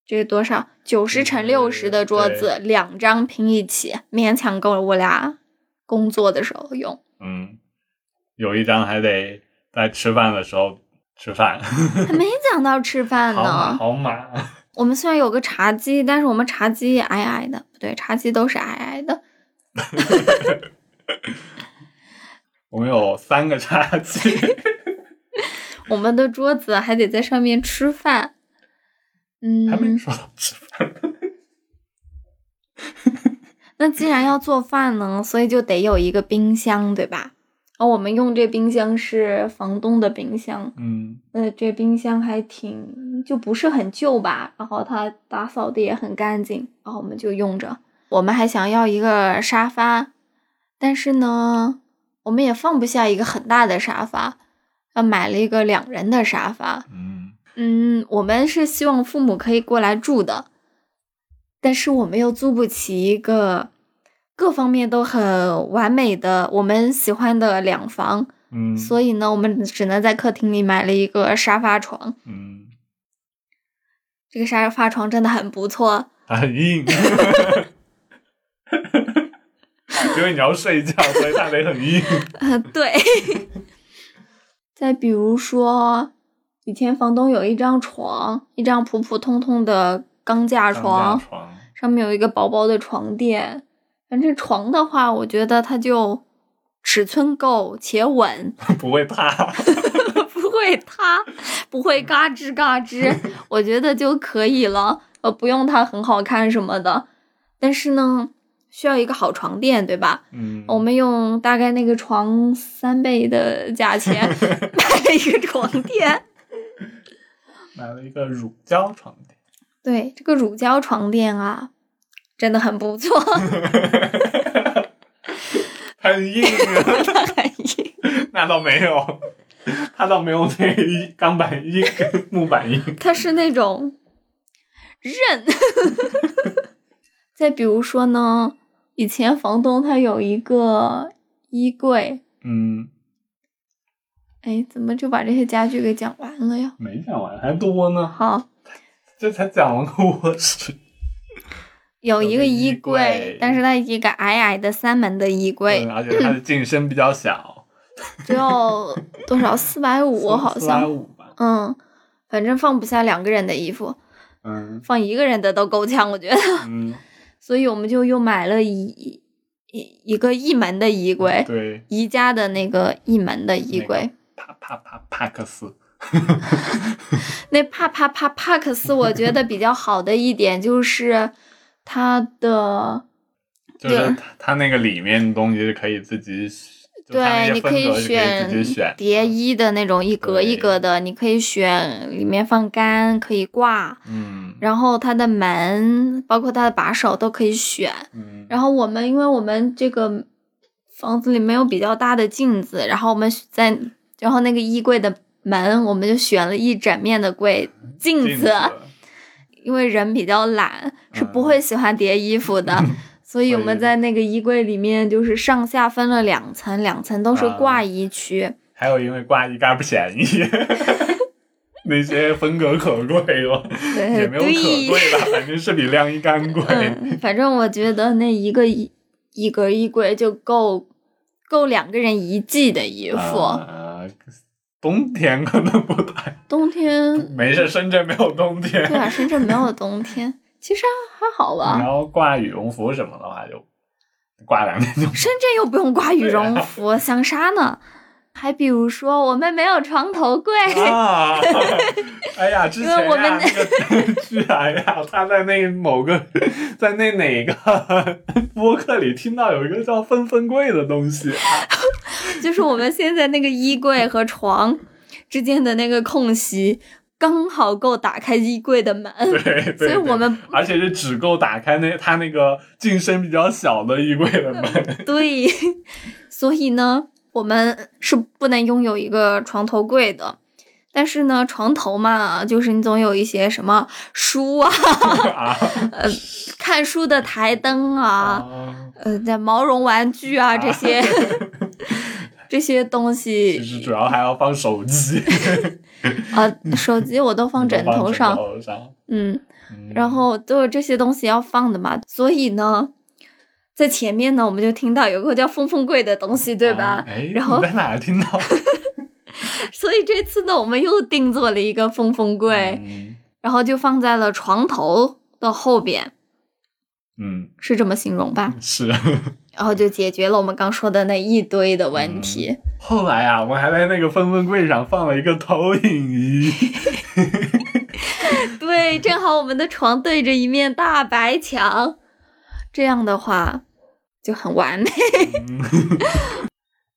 这是多少？九十乘六十的
嗯
桌子，两张拼一起，勉强够了我俩工作的时 候用。
嗯，有一张还得在吃饭的时候吃饭，
还没讲到吃饭
好马
呢。
好啊马，
我们虽然有个茶几，但是我们茶几矮矮的，不对，茶几都是矮矮的。
我们有三个茶几，
我们的桌子还得在上面吃饭。
还没
嗯，
说到吃饭，
那既然要做饭呢，所以就得有一个冰箱，对吧？而我们用这冰箱是房东的冰箱，
嗯
呃，这冰箱还挺就不是很旧吧，然后它打扫的也很干净，然后我们就用着。我们还想要一个沙发，但是呢，我们也放不下一个很大的沙发，呃，买了一个两人的沙发。
嗯
嗯，我们是希望父母可以过来住的，但是我们又租不起一个各方面都很完美的我们喜欢的两房，
嗯，
所以呢，我们只能在客厅里买了一个沙发床。
嗯，
这个沙发床真的很不错，
它很硬， 因为你要睡觉，所以它得很 硬。
呃，对。再比如说，以前房东有一张床，一张普普通通的钢架
上
床，
下床，
上面有一个薄薄的床垫。反正床的话，我觉得它就尺寸够且稳，
不会塌。
不会塌，不会嘎吱嘎吱，我觉得就可以了。呃，不用它很好看什么的，但是呢，需要一个好床垫，对吧？
嗯，
我们用大概那个床三倍的价钱买了一个床垫。
买了一个乳胶床垫。
对，这个乳胶床垫啊，真的很不错，
很硬啊，
它很硬，
那倒没有，它倒没有那个硬钢板硬、木板硬。
它是那种韧。再比如说呢，以前房东他有一个衣柜，
嗯，
哎，怎么就把这些家具给讲完了呀？
没讲完，还多呢，
好，
这才讲了个卧室。
有
有
一个
个
衣
衣柜
但是它一个矮矮的三门的衣柜
嗯，，而且它的进深比较小，
只有多少四百五好像，
五吧，
嗯，反正放不下两个人的衣服，
嗯
放一个人的都够呛，我觉得。
嗯，
所以我们就又买了一一一个一门的衣柜，
对，
宜家的那嗯个一门的衣柜。
帕帕帕帕克斯，
那帕帕帕帕克斯，我觉得比较好的一点就是它的，
就是
对
它它那个里面的东西是可以自己，就它那
对，
些
你
风
可以
格是可以自己选嗯
选叠衣的那种一格一格的，你可以选里面放杆，可以挂，
嗯
然后它的门，包括它的把手都可以选。
嗯，
然后我们因为我们这个房子里没有比较大的镜子，然后我们在然后那个衣柜的门，我们就选了一整面的柜镜
镜子，
因为人比较懒，是不
嗯
会喜欢叠衣 服的，所以我们在那个衣柜里面就是上下分了两层，两层都是
啊
挂衣区。
还有因为挂衣杆不便宜。 那些风格可贵了，也
对
没有可
哎对，
贵吧，反正是比晾衣杆贵。
嗯，反正我觉得那一个衣一格衣柜就够够两个人一季的衣服。
啊，冬天可能不太，
冬天
没事，深圳没有冬天。
对啊，啊深圳没有冬天，其实还还好
你
吧。
要挂羽绒服什么的话，就挂两天就
深圳又不用挂羽绒
啊
服，想啥呢？还比如说，我们没有床头 柜，
啊！哎呀，之前呀、
因为我们
那个剧啊呀，他在那某个 在那哪个 播客里听到有一个叫“分分柜”的东 西，
就是我们现在那个衣柜和床之间的那个空隙，刚好够打开衣柜的门，
对对
所以我。们
对而且是只够打开那他那个进深比较小的衣柜的门，
对，所以呢，我们是不能拥有一个床头柜的。但是呢，床头嘛，就是你总有一些什么书 啊，
啊
看书的台灯啊，
啊，
呃，在毛绒玩具啊这些、 这些东
其实主
西，
要还要放手机，
呃，手机我都放枕头
上，
上，嗯，
嗯
然后都有这些东西要放的嘛，所以呢，在前面呢，我们就听到有个叫“风风柜”的东西，对吧
啊？哎，
然后
你在哪儿听到？
所以这次呢，我们又定做了一个“风风柜”，
嗯，
然后就放在了床头的后边，
嗯，
是这么形容吧？
是。
然后就解决了我们刚说的那一堆的
嗯
问题。
后来啊，我们还在那个分分柜上放了一个投影仪，
对，正好我们的床对着一面大白墙，这样的话就很完美。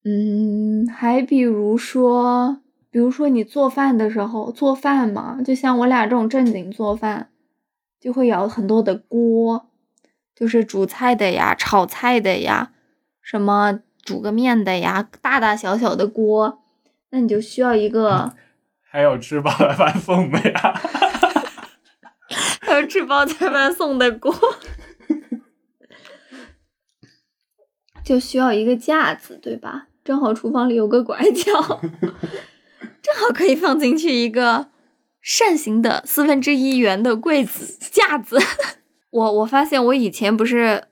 嗯，还比如说，比如说你做饭的时候，做饭嘛，就像我俩这种正经做饭，就会有很多的锅，就是煮菜的呀、炒菜的呀，什么煮个面的呀，大大小小的锅，那你就需要一个
还有吃饱了饭送的呀。
还有吃包菜饭送的锅，就需要一个架子，对吧？正好厨房里有个拐角， 正好可以放进去一个扇形的四分之一圆的柜子架子。 我我发现我以前不是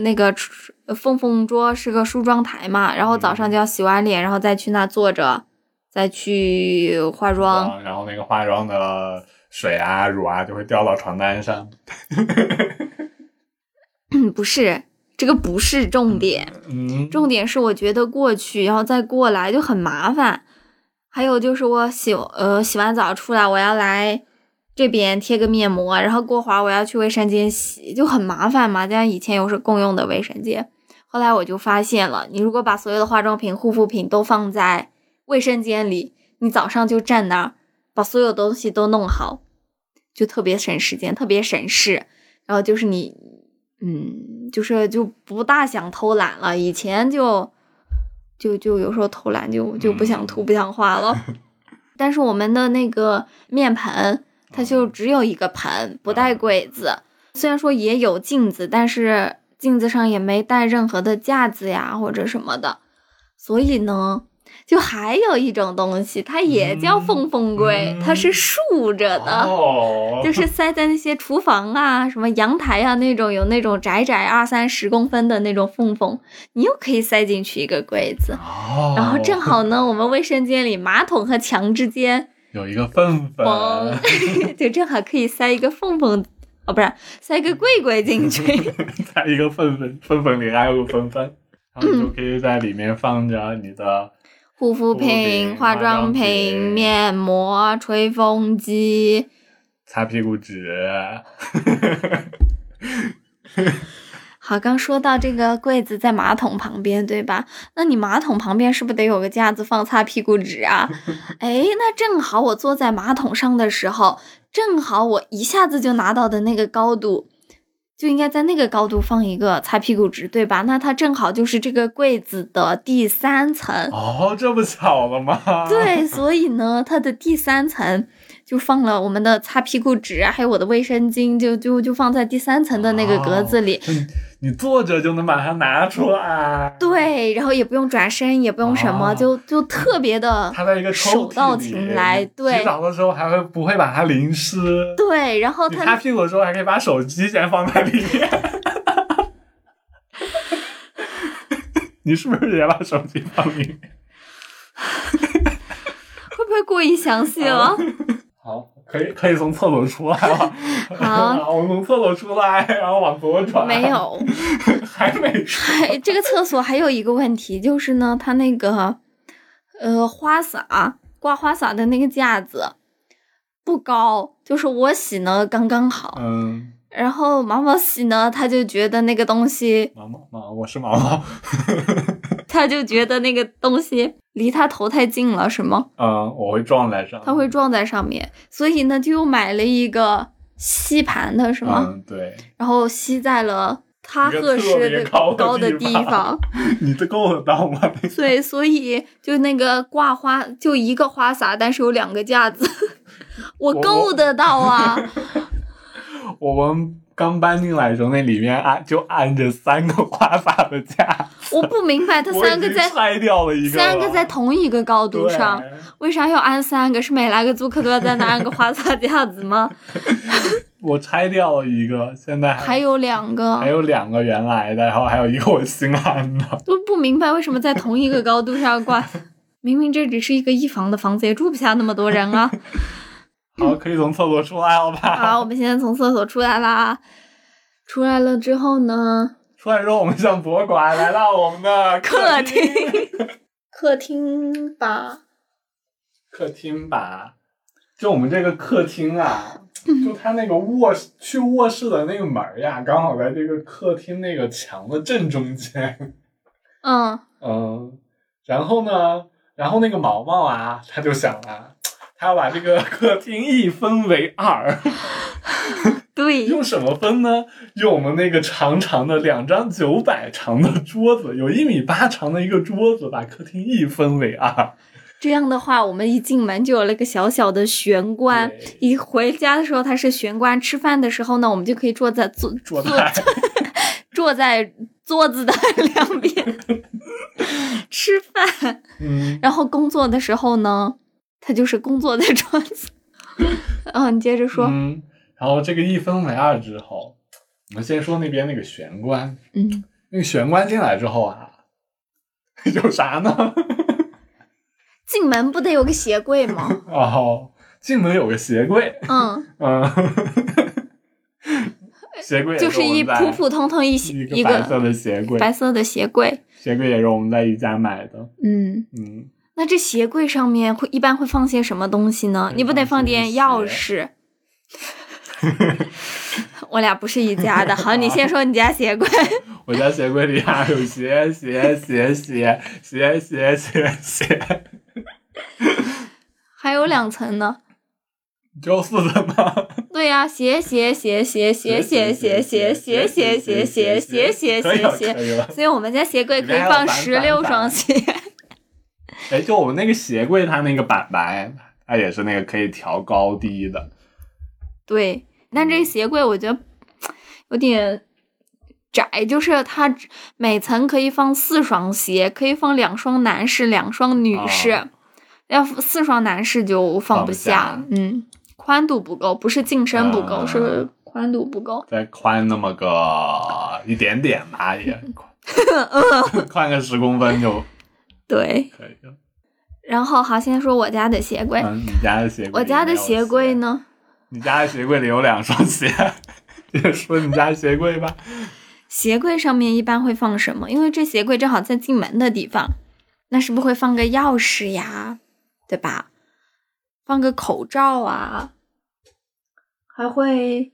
那个厨呃缝缝桌是个梳妆台嘛，然后早上就要洗完脸，然后再去那坐着，再去化妆。
然后那个化妆的水啊、乳啊就会掉到床单上。
嗯，不是，这个不是重点。
嗯，
重点是我觉得过去然后再过来就很麻烦。还有就是我洗呃洗完澡出来，我要来这边贴个面膜，然后过会儿我要去卫生间洗，就很麻烦嘛。加上以前又是共用的卫生间，后来我就发现了，你如果把所有的化妆品、护肤品都放在卫生间里，你早上就站那儿把所有东西都弄好，就特别省时间，特别省事。然后就是你，嗯，就是就不大想偷懒了。以前就就就有时候偷懒就就不想涂不想画了。但是我们的那个面盆，它就只有一个盆，不带柜子。虽然说也有镜子，但是镜子上也没带任何的架子呀或者什么的。所以呢，就还有一种东西，它也叫缝缝柜，
嗯
它是竖着的。
哦，
就是塞在那些厨房啊、什么阳台啊那种有那种窄窄二三十公分的那种缝缝，你又可以塞进去一个柜子。
哦，
然后正好呢，我们卫生间里马桶和墙之间，
有一个粪粉，
哦，
呃
就正好可以塞一个缝缝，哦，不是塞一个柜柜 进去。
在一个粪粉粪粉里还有个粪粉，然后你就可以在里面放着你的
护肤
品
品、化
化
妆
妆
品、
品
面膜、吹风机，
擦屁股 纸，
好，刚说到这个柜子在马桶旁边，对吧？那你马桶旁边是不是得有个架子放擦屁股纸啊？ 哎，那正好我坐在马桶上的时候，正好我一下子就拿到的那个高度，就应该在那个高度放一个擦屁股纸，对吧？那它正好就是这个柜子的第三层。
哦，这么巧了吗？，
对，所以呢，它的第三层就放了我们的擦屁股纸啊，还有我的卫生巾，就就就放在第三层的那个格子里。
你坐着就能把它拿出来，，
对，然后也不用转身，也不用什么，
哦
就就特别的
它在一个抽屉里
手到擒来对
洗澡的时候还会不会把它淋湿？
对。然后
你擦
它
屁股的时候还可以把手机先放在里面。 你是不是也把手机放里面？
会不会过于详细了？
好，可以可以从厕所出来了。
好
我从厕所出来，然后往左 转。
没，有，
还没出。
还这个厕所还有一个问题，就是呢，它那个呃花洒挂花洒的那个架子不高，就是我洗呢刚刚好，
嗯，
然后毛毛洗呢，他就觉得那个东西，
毛毛毛，我是毛毛。
他就觉得那个东西离他头太近了，是吗？
嗯，我会撞在上。
它会撞在上面，所以呢就又买了一个吸盘的是吗？
嗯，对，
然后吸在了他合适
一个特别
的
高的
高的
地
地
方
方，
你这够得到吗？
对，所以就那个挂花就一个花洒，但是有两个架子，我
我
够得 到啊！
我们刚搬进来的时候，那里面按就按着三个花洒的架，
我不明白它
我已
三个
经
在
拆掉了一个了，
三个在同一个高度
对
上，为啥要安三个？是每来个租客都要在那安个花洒架 子吗？
我拆掉了一个，现在
还有两
还
个，
有两个原来的，然后还有一个我新安 的。
都不明白为什么在同一个高度上挂。明明这只是一个一房的房子，也住不下那么多人啊。
好，可以从厕所出来了吧？
好，我们现在从厕所出来啦。出来了之后呢，
出来之后，我们向博物馆来到我们的
客
厅，
厅，客厅吧，
客厅吧。就我们这个客厅啊，
嗯
就它那个卧室去卧室的那个门儿呀，刚好在这个客厅那个墙的正中间。
嗯，
嗯，然后呢，然后那个毛毛啊，他就想啊，他要把这个客厅一分为二，
对，
用什么分呢？用我们那个长长的两张九百长的桌子，有一米八长的一个桌子，把客厅一分为二。
这样的话，我们一进门就有了一个小小的玄关
对。
一回家的时候它是玄关，吃饭的时候呢，我们就可以坐在坐
桌
坐
台
坐在桌子的 两 边吃饭，
嗯，
然后工作的时候呢，它就是工作的桌子。嗯，你接着说，
嗯，然后这个一分为二之后，我们先说那边那个玄关，
嗯，
那个玄关进来之后啊， 有啥呢？
进门不得有个鞋柜吗？
哦，进门有个鞋柜。
嗯。
嗯， 鞋柜也
就是一
我们在
普普通通一
一
一
个白色
个
的鞋柜，
白色的鞋柜，
鞋柜也是我们在宜家买的。
嗯，
嗯，
那这鞋柜上面会一般会放些什么东西呢
会？
你不得
放
放
些
点
鞋
钥匙？我俩不是一家的，好，你先说你家鞋柜，
我家鞋柜里啊有鞋鞋鞋鞋鞋鞋鞋鞋，
还有两层呢。
只有四层吗？
对呀、鞋鞋鞋鞋鞋鞋鞋鞋鞋鞋鞋鞋鞋鞋
可以了
鞋鞋，
可 以了。
所以我们家鞋柜可以放十六双 鞋。
哎，就我们那个鞋柜，它那个板白，它也是那个可以调高低的。
对，但这鞋柜我觉得有点窄，就是它只每层可以放四双鞋，可以放两双男士，两双女士。
哦
要四双男士就放
放不
不下，
下
嗯，宽度不够，不是净身不够，
啊
是宽度不够。
再宽那么个一点点吧，也 宽个十公分就
对，
可以了。
然后好，先说我家的鞋柜，
嗯，你家的鞋柜？
我家的鞋柜？呢，
你家的鞋柜里有两双鞋， 也说你家鞋柜吧。
鞋柜上面一般会放什么？因为这鞋柜正好在进门的地方，那是不是会放个钥匙呀？对吧？放个口罩啊，还会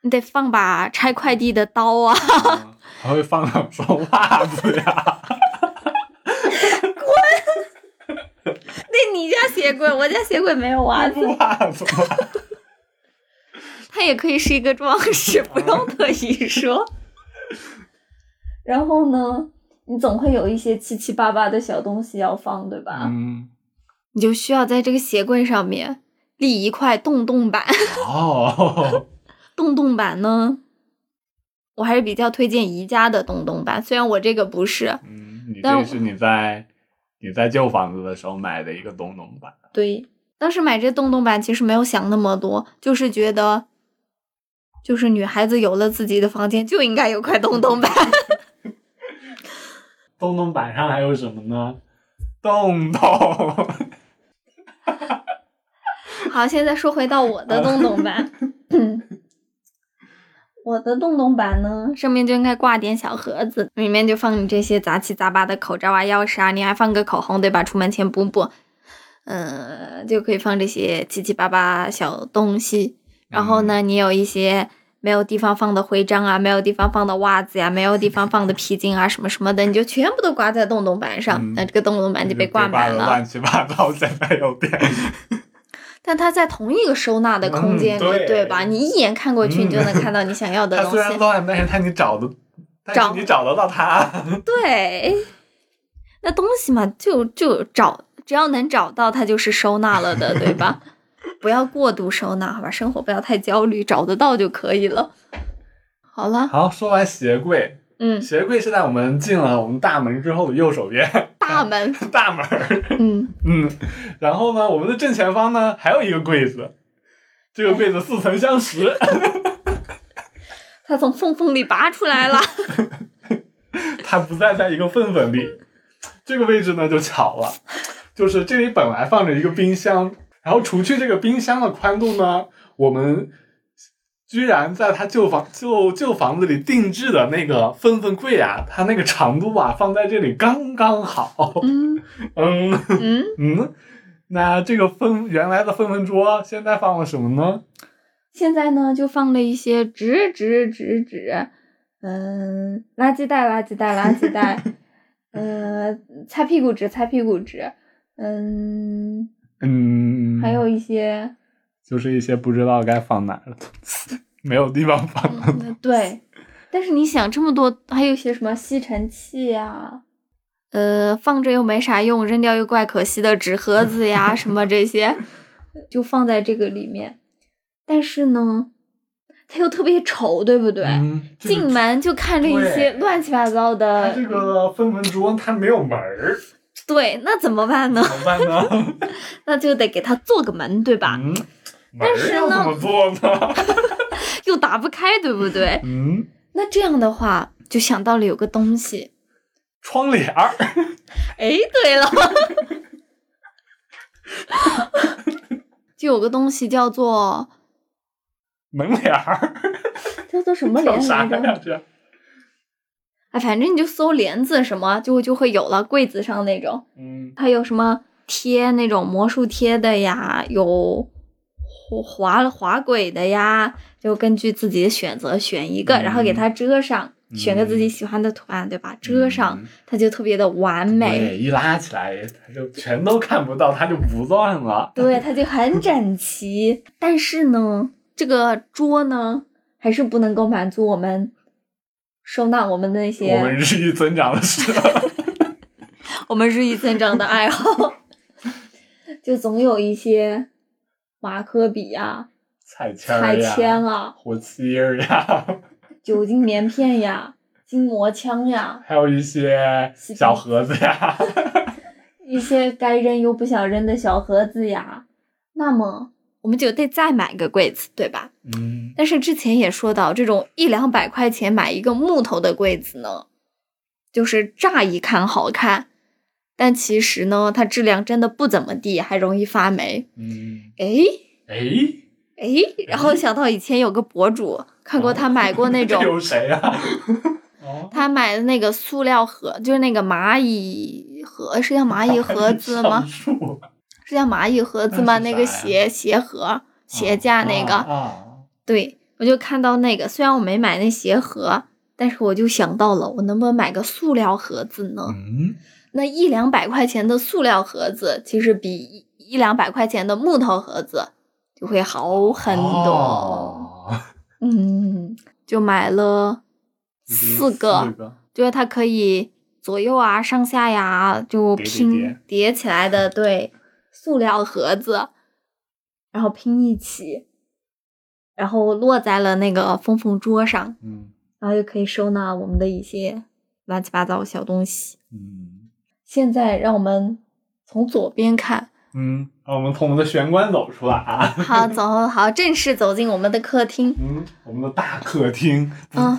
你得放把拆快递的刀啊，
嗯还会放两双袜子呀。
对你家鞋柜，我家鞋柜没有袜子，
袜子吗？
它也可以是一个装饰，不用特意说。 然后呢，你总会有一些七七八八的小东西要放，对吧？
嗯，
你就需要在这个鞋柜上面立一块洞洞板。
哦，
洞洞板呢，我还是比较推荐宜家的洞洞板，虽然我这个不是。
嗯，你
但
这是你在你在旧房子的时候买的一个东东吧？
对，当时买这洞洞板其实没有想那么多，就是觉得，就是女孩子有了自己的房间就应该有块洞洞板。
东东板上还有什么呢？洞洞，
好，现在说回到我的洞洞板， 我的洞洞板呢，上面就应该挂点小盒子，里面就放你这些杂七杂八的口罩啊、钥匙啊，你还放个口红对吧？出门前补补，嗯，就可以放这些七七八八小东西。然后呢，你有一些没有地方放的徽章啊，没有地方放的袜子呀、没有地方放的皮筋啊，什么什么的，你就全部都挂在洞洞板上，
嗯
那这个洞洞板就被挂满
的
了。
乱七八糟，现在有点。
但它在同一个收纳的空间里，
嗯对
对吧？你一眼看过去，
嗯
你就能看到你想要的
它
东
虽然
西。
乱，但是它你找的，但
找
是你找得到它。
对，那东西嘛，就就找，只要能找到，它就是收纳了的，对吧？ 不要过度收纳，好吧？生活不要太焦虑，找得到就可以了。好了，
好，说完鞋柜，
嗯，
鞋柜是在我们进了我们大门之后的右手边，
大门，
大门儿。
嗯，
嗯，然后呢，我们的正前方呢还有一个柜子，这个柜子似曾相识。
它从缝缝里拔出来了。
它不再在一个份份里。这个位置呢就巧了，就是这里本来放着一个冰箱，然后除去这个冰箱的宽度呢，我们居然在他旧房旧旧房子里定制的那个份份柜啊，它那个长度啊放在这里刚刚好。
嗯
嗯
嗯，
嗯，那这个分原来的份份桌现在放了什么呢？
现在呢，就放了一些纸纸纸纸，嗯，垃圾袋垃圾袋垃圾袋， 呃，擦屁股纸擦屁股纸，嗯，
嗯，
还有一些，
就是一些不知道该放哪儿了，没有地方放了。
嗯对。但是你想这么多，还有一些什么吸尘器呀、呃，放着又没啥用，扔掉又怪可惜的纸盒子呀，什么这些，就放在这个里面。但是呢，它又特别丑，对不对？
嗯，这个
进门就看着一些
对
乱七八糟
它
的
这，个分门桌它没有门儿，
对，那怎么办 呢？
怎么办呢？
那就得给他做个门，对吧？
嗯，门
但是
儿
呢
要怎么做呢？
又打不开，对不对？
嗯，
那这样的话，就想到了有个东 西，
窗帘儿，
哎，对 了，就有个东西叫做
门帘儿，
叫做什么
叫
帘
啥
来
呀？
着？
这
哎，反正你就搜帘子什么，就就会有了，柜子上那种。
嗯，
还有什么贴那种魔术贴的呀，有滑滑滑轨的呀，就根据自己的选择选一个，
嗯
然后给它遮上，
嗯
选个自己喜欢的图案，对吧？遮上、它就特别的完美，
对，一拉起来它就全都看不到，它就不算了。
对，它就很整齐。但是呢，这个桌呢，还是不能够满足我们收纳我们的那些
我们日益增长的 是，
我们日益增长的 爱好，就总有一些马克笔呀、
彩签儿
彩
呀，
铅啊、
火漆儿呀，
酒精棉片呀、筋膜枪呀，
还有一些小盒子呀，
一些该扔又不想扔的小盒子呀。那么我们就得再买个柜子，对吧？
嗯，
但是之前也说到，这种一两百块钱买一个木头的柜子呢，就是乍一看好看，但其实呢，它质量真的不怎么地，还容易发霉。
嗯，
诶
哎，
诶，然后想到以前有个博主看过他买过那
哦
种，
有谁啊？哦，
他买的那个塑料盒，就是那个蚂蚁盒，是叫蚂蚁 盒 子吗
上？啊树
是叫蚂蚁盒子吗？
哦那是
那个
啥
鞋
呀
鞋盒鞋架那个，
啊啊，
对我就看到那个，虽然我没买那鞋盒，但是我就想到了，我能不能买个塑料盒子呢？
嗯，
那一两百块钱的塑料盒子，其实比一一两百块钱的木头盒子就会好很多。
哦
嗯，就买了四个，
四个，
就是它可以左右啊、上下呀，就
叠叠
拼
叠
起来的，对，塑料盒子，然后拼一起，然后落在了那个缝缝桌上，
嗯
然后就可以收纳我们的一些乱七八糟的小东西。
嗯
现在让我们从左边看，
嗯，让我们从我们的玄关走出来啊，
好，走，好，正式走进我们的客厅。
嗯，我们的大客厅，
嗯，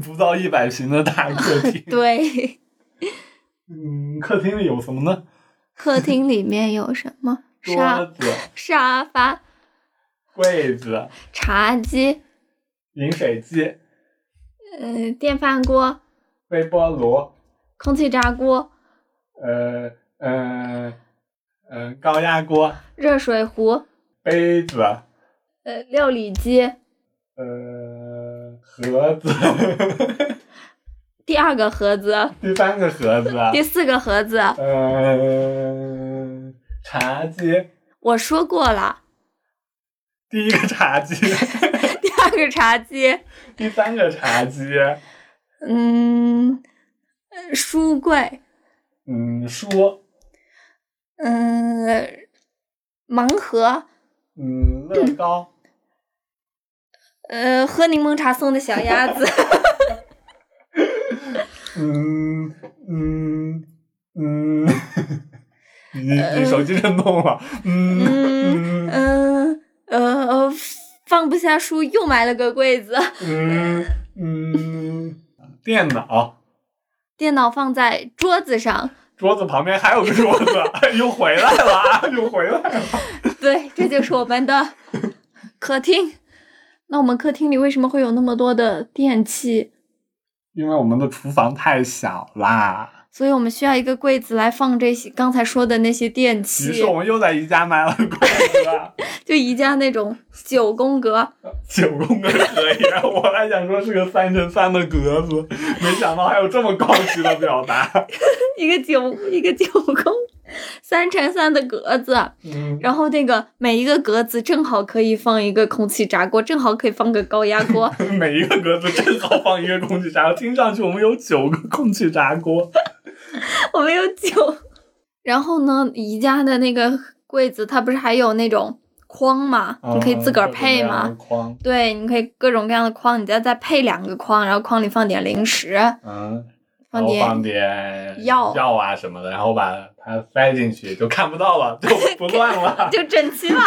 不到一百平的大客 厅，
对，
嗯，客厅里有什么呢？
客厅里面有什么？
桌
沙
子、
沙发、
柜子、
茶几、
饮水机、
呃，电饭锅、
微波炉、
空气炸锅、
呃呃呃高压锅、
热水壶、
杯子、
呃，料理机。
呃盒子，
第二个盒子，
第三个盒子，啊
第四个盒子，
呃茶几，
我说过了。
第一个茶几，
第二个茶几，
第三个茶几，
嗯，呃书柜，
嗯书，
嗯，盲盒，
嗯乐高，
呃，喝柠檬茶送的小鸭子，
嗯嗯嗯，你你手机震动了，嗯
嗯嗯呃呃，放不下书又买了个柜子，
嗯嗯，电脑。
电脑放在桌子上。
桌子旁边还有个桌 子，哎又回来了 啊，又回来了。
对，这就是我们的客厅。那我们客厅里为什么会有那么多的电器？
因为我们的厨房太小啦，
所以我们需要一个柜子来放这些刚才说的那些电
于
器
是，我们又在宜家买了个柜子，
就宜家那种九宫格。
九宫格可以。我还想说是个三乘三的格子，没想到还有这么高级的表达。
一个九一个九宫，三乘三的格子，
嗯，，
然后那个每一个格子正好可以放一个空气炸锅，正好可以放个高压锅
每一个格子正好放一个空气炸锅，听上去我们有九个空气炸锅。
我们有九。然后呢，宜家的那个柜子，它不是还有那种框嘛，你可以自个儿配嘛。
嗯？各种各样的框，
对，你可以各种各样的框，你再再配两个框，然后框里放点零食，
嗯。然
放
后
点
放点
药。
药啊什么的，然后把它塞进去就看不到了，就不乱了
就整齐了。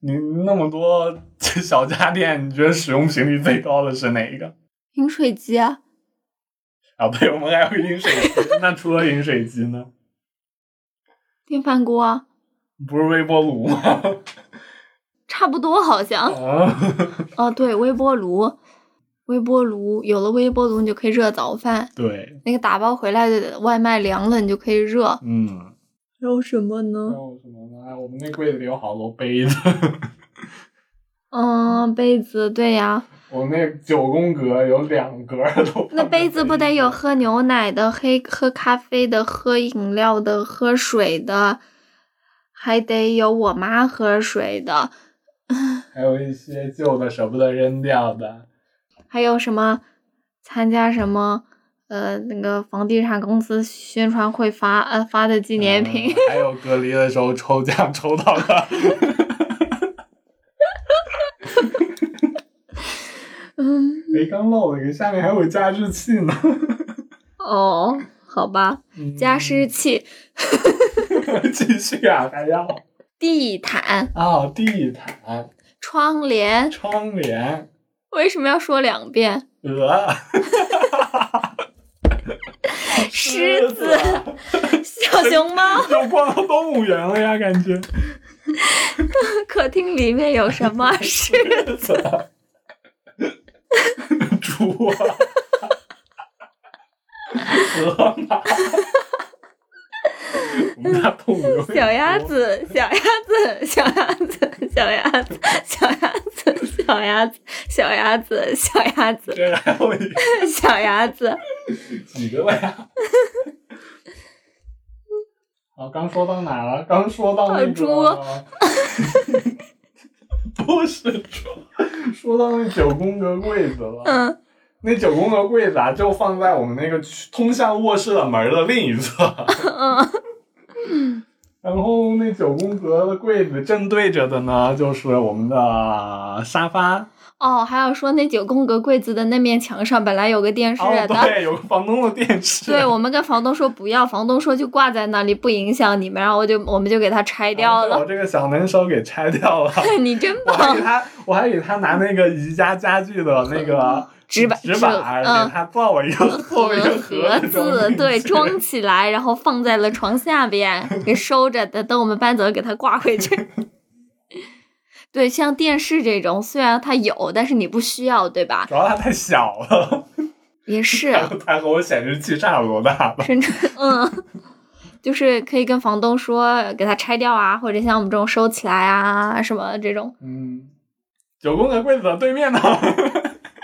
你那么多小家电，你觉得使用频率最高的是哪一个？
饮水机啊，
啊，对，我们还有饮水机。那除了饮水机呢？
电饭锅啊，
不是微波炉吗？
差不多好像。
啊，
哦，对，微波炉，微波炉有了微波炉，你就可以热早饭。
对，
那个打包回来的外卖凉了，你就可以热。
嗯。
还有什么
还
呢？
有什么呢？哎我们那柜子里有好多杯子，
嗯，杯子，对呀，
我那九宫格有两格都。
那杯子不得有？喝牛奶的、黑喝咖啡的、喝饮料的、喝水的，还得有我妈喝水的，
还有一些旧的舍不得扔掉的，
还有什么参加什么呃那个房地产公司宣传会发呃发的纪念品，
嗯还有隔离的时候抽奖抽到的，
嗯，
没刚 download 的，下面还有加湿器呢。
哦，好吧，
嗯
加湿器、
继续啊，还要
地毯、
啊，地毯、
窗帘，
窗帘、
为什么要说两遍？
鹅、
狮子、 小熊猫，
又逛到动物园了呀，感觉。
客厅里面有什 么事？
猪啊，河马，我们家动物 园有
小鸭子，小鸭子，小鸭子，小鸭子，小鸭子，小鸭子，小鸭子，小鸭子，
这还有一
小鸭子。
几个了呀？啊，刚说到哪了？刚说到那个
啊，
不是说说到那九宫格柜子了。
嗯，
那九宫格柜子啊，就放在我们那个去通向卧室的门儿的另一侧。
嗯
然后那九宫格的柜子正对着的呢，就是我们的沙发。
哦，还要说那九宫格柜子的那面墙上本来有个电视
哦，
的。
对，有个房东的电视。
对我们跟房东说不要，房东说就挂在那里，不影响你们，然后我就我们就给它拆掉
然后被
了
哦我。这个小能手给拆掉了。
你真
我还
棒
给，他，我还给他拿那个宜家家具的那个
纸板
纸
纸
板，
嗯
给他造一 个做一个
盒
盒
子， 对，
装进
装起来，然后放在了床下边，给收着的，等我们搬走给它挂回去。 对，像电视这种，虽然它有，但是你不需要，对吧
去。？主要它太小了，
也是，
它和我显示器差不多大吧。
甚至嗯，就是可以跟房东说给它拆掉啊，或者像我们这种收起来啊，什么这种，
嗯，九宫格柜子的对面呢？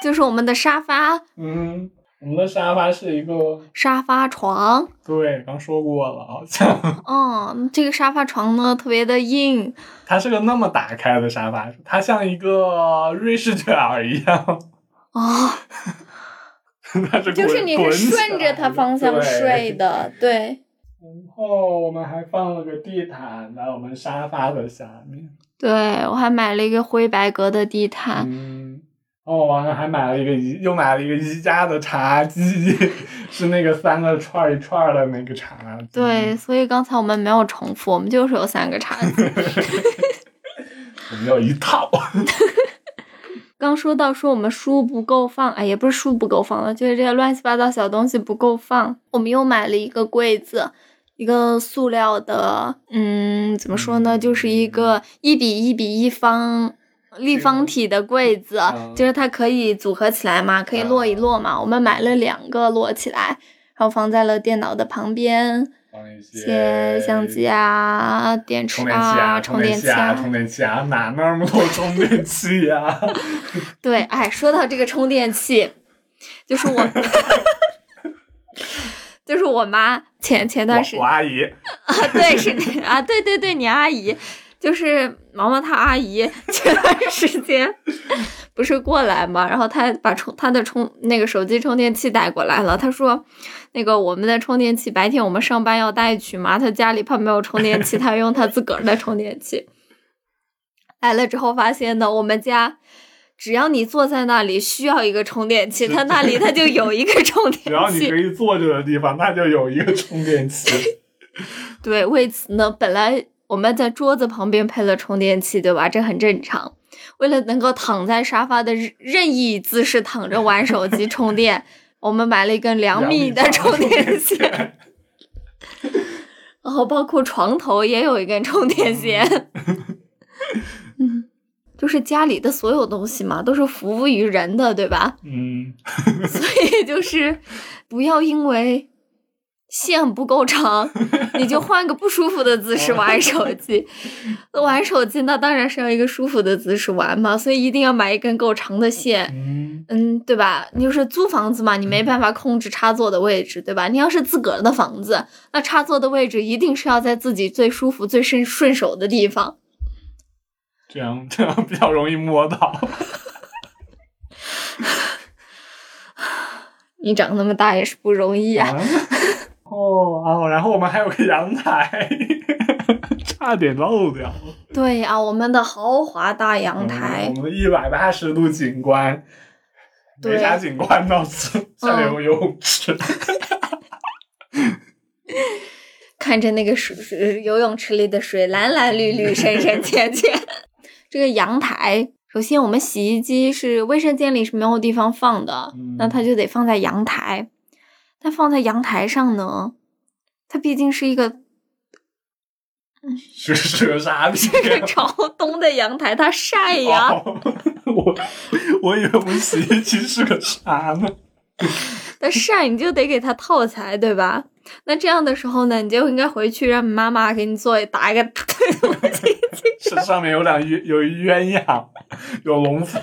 就是我们的沙发、
嗯，我们的沙发是一个，
沙发床。
对，刚说过了，好像
嗯，这个沙发床呢特别的硬，
它是个那么打开的沙发，它像一个瑞士卷儿一样，
哦，
它是
就是你
滚
是顺着它方向。
滚起来
睡
的对
的，对
然后我们还放了个地毯在我们沙发的下面，
对，我还买了一个灰白格的地毯，
嗯，哦，我还买了一个宜，又买了一个宜家的茶几， 是那个三个串儿一串儿的那个茶几。
对，，所以刚才我们没有重复，我们就是有三个茶几。
我们有一套。
刚说到说我们书不够放，哎，也不是书不够放了，就是这些乱七八糟小东西不够放。我们又买了一个柜子，一个塑料的，嗯，怎么说呢，就是一个一比一比一方。立方体的柜子
嗯，
就是它可以组合起来嘛，可以摞一
啊
摞嘛。我们买了两个摞起来，然后放在了电脑的旁边，
放一些
些相机啊、电
充
池
电器
啊、
充
充
电
电
器啊，充电器啊，哪那么多充电器 啊？
对，哎，说到这个充电器，就是我，就是我妈前前段时
我我阿姨，
啊，对，是你啊，对对对，你阿姨，就是毛毛她阿姨前段时间不是过来嘛，然后她把充她的充那个手机充电器带过来了，她说那个我们的充电器白天我们上班要带去嘛，她家里怕没有充电器，她用她自个儿的充电器。来了之后发现呢，我们家。只要你坐在那里需要一个充电器，它那里它就有一个充电器。
只要你可以坐着的地方，那就有一个充电器。
对，为此呢，本来我们在桌子旁边配了充电器，对吧？这很正常。为了能够躺在沙发的任任意姿势躺着玩手 机充电，我们买了一根两米的充电线，然后包括床头也有一根充电线。 嗯，就是家里的所有东西嘛，都是服务于人的，对吧？
嗯，
所以就是不要因为线不够长，你就换个不舒服的姿势玩手机。玩手机那当然是要一个舒服的姿势玩嘛，所以一定要买一根够长的线。
嗯，
嗯，对吧？你就是租房子嘛，你没办法控制插座的位置，对吧？你要是自个儿的房子，那插座的位置一定是要在自己最舒服、最顺顺手的地方。
这样这样比较容易摸到。
你长那么大也是不容易啊。
啊哦哦，然后我们还有个阳台，差点漏掉。
对呀、我们的豪华大阳台
嗯我，们的一百八十度景观，没啥景观倒是，下
嗯
面有游泳池，
看着那个水水游泳池里的水蓝蓝绿绿、深深浅浅。 这个阳台，首先我们洗衣机是卫生间里是没有地方放的，
嗯
那它就得放在阳台。但放在阳台上呢，它毕竟是 一个
是是个啥逼
这个朝东的阳台，它晒呀。
哦 我我以为我们洗衣机是个啥呢？
但晒你就得给它套起来，对吧？那这样的时候呢，你就应该回去让你妈妈给你做打一个
是上面有两鸳有一鸳鸯，有龙凤，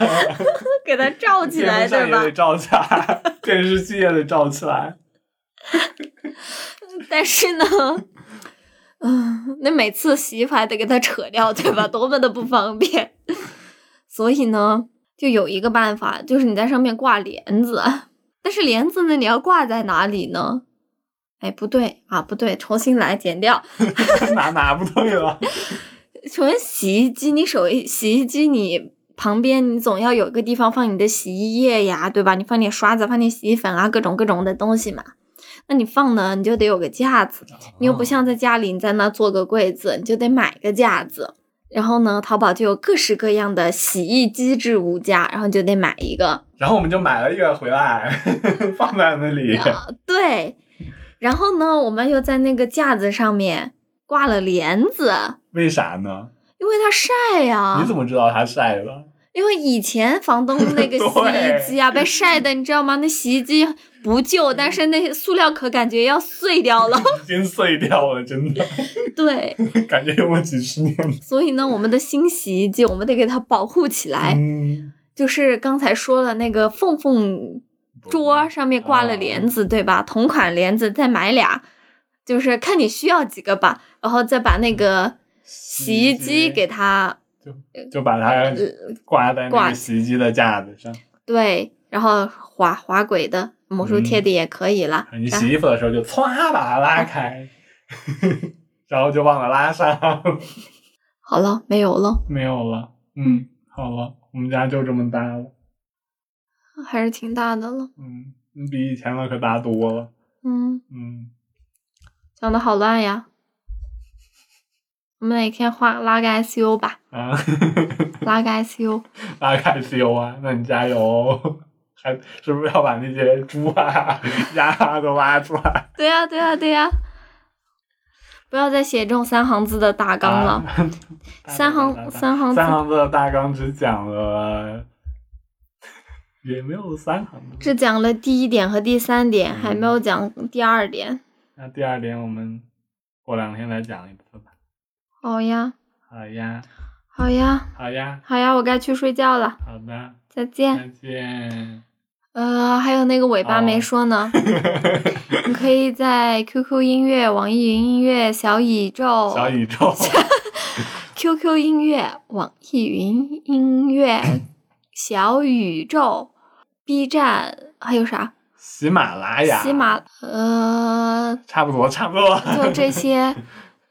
给它罩起来，
电风扇
对
也
吧
得？罩起来， 电视机也得罩起来。
但是呢，嗯，那每次洗衣服还得给它扯掉，对吧？多么的不方便。所以呢，就有一个办法，就是你在上面挂帘子。但是帘子呢，你要挂在哪里呢？哎，不对啊，不对，重新来，剪掉。
哪哪不对了？
请问洗衣机，你手洗衣机你旁边你总要有一个地方放你的洗衣液呀，对吧？你放点刷子，放点洗衣粉啊，各种各种的东西嘛。那你放呢，你就得有个架子，
啊
你又不像在家里，你在那做个柜子，你就得买个架子。然后呢，淘宝就有各式各样的洗衣机置物架，然后你就得买一个。
然后我们就买了一个回来，放在那里。
对，然后呢，我们又在那个架子上面挂了帘子，
为啥呢？
因为它晒呀、
你怎么知道它晒了？
因为以前房东那 个洗
对
衣机啊被晒的，你知道吗？那洗衣机不旧，但是那塑料壳感觉要碎掉了。
已经碎掉了，真的，
对，
感觉用了几十年。
所以呢，我们的新洗衣机我们得给它保护起来。
嗯，
就是刚才说了那个缝缝桌上面挂了帘子，对吧？同款帘子再买俩，就是看你需要几个吧，然后再把那个洗衣机给它
就把它挂在那
挂
个洗衣机的架子上。
对，然后滑滑轨的魔术贴的也可以啦。
你
然
洗衣服的时候就歘把它拉开，然后就忘了拉上，
好了，没有了，
没有了。嗯，好了，我们家就这么大了。
还是挺大的了。
嗯，你比以前的可大多了。
嗯，
嗯，
讲的好乱呀。我们哪天画拉个 ICU 吧，
啊，
拉个 ICU。
拉开修啊，那你加油哦。还是不是要把那些猪啊、鸭啊都挖出来？
对呀、对呀、对呀、不要再写这种三行字的大纲了。
啊，
三行三行字
三行字的大纲只讲了，也没有三行字。
只讲了第一点和第三点，还没有
嗯
讲第二点。
那第二点我们过两天再讲一次吧。
好呀，
好呀，
好呀，
好呀，
好呀，我该去睡觉了，
好的，
再见。
再见。
呃，还有那个尾巴
嗯
没
哦
说呢，你可以在 QQ 音乐、网易云音乐、小宇宙、
小宇 宙，
QQ 音乐、网易云音乐、小宇宙、B 站，还有啥？
喜马拉雅，
喜马呃，
差不多，差不多。
就这些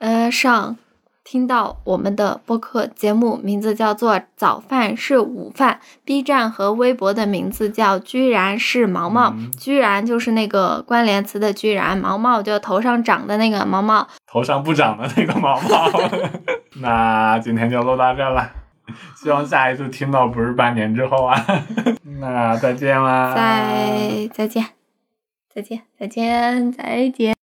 呃上听到我们的播客节目，名字叫做《早饭是午饭》。B 站和微博的名字叫“居然是毛毛”，
嗯
居然就是那个关联词的“居然”，毛毛就头上长的那个毛毛。
头上不长的那个毛毛。 那今天就录到这了，希望下一次听到不是半年之后啊。 那再见啦，
再再见，再见，再见，再见。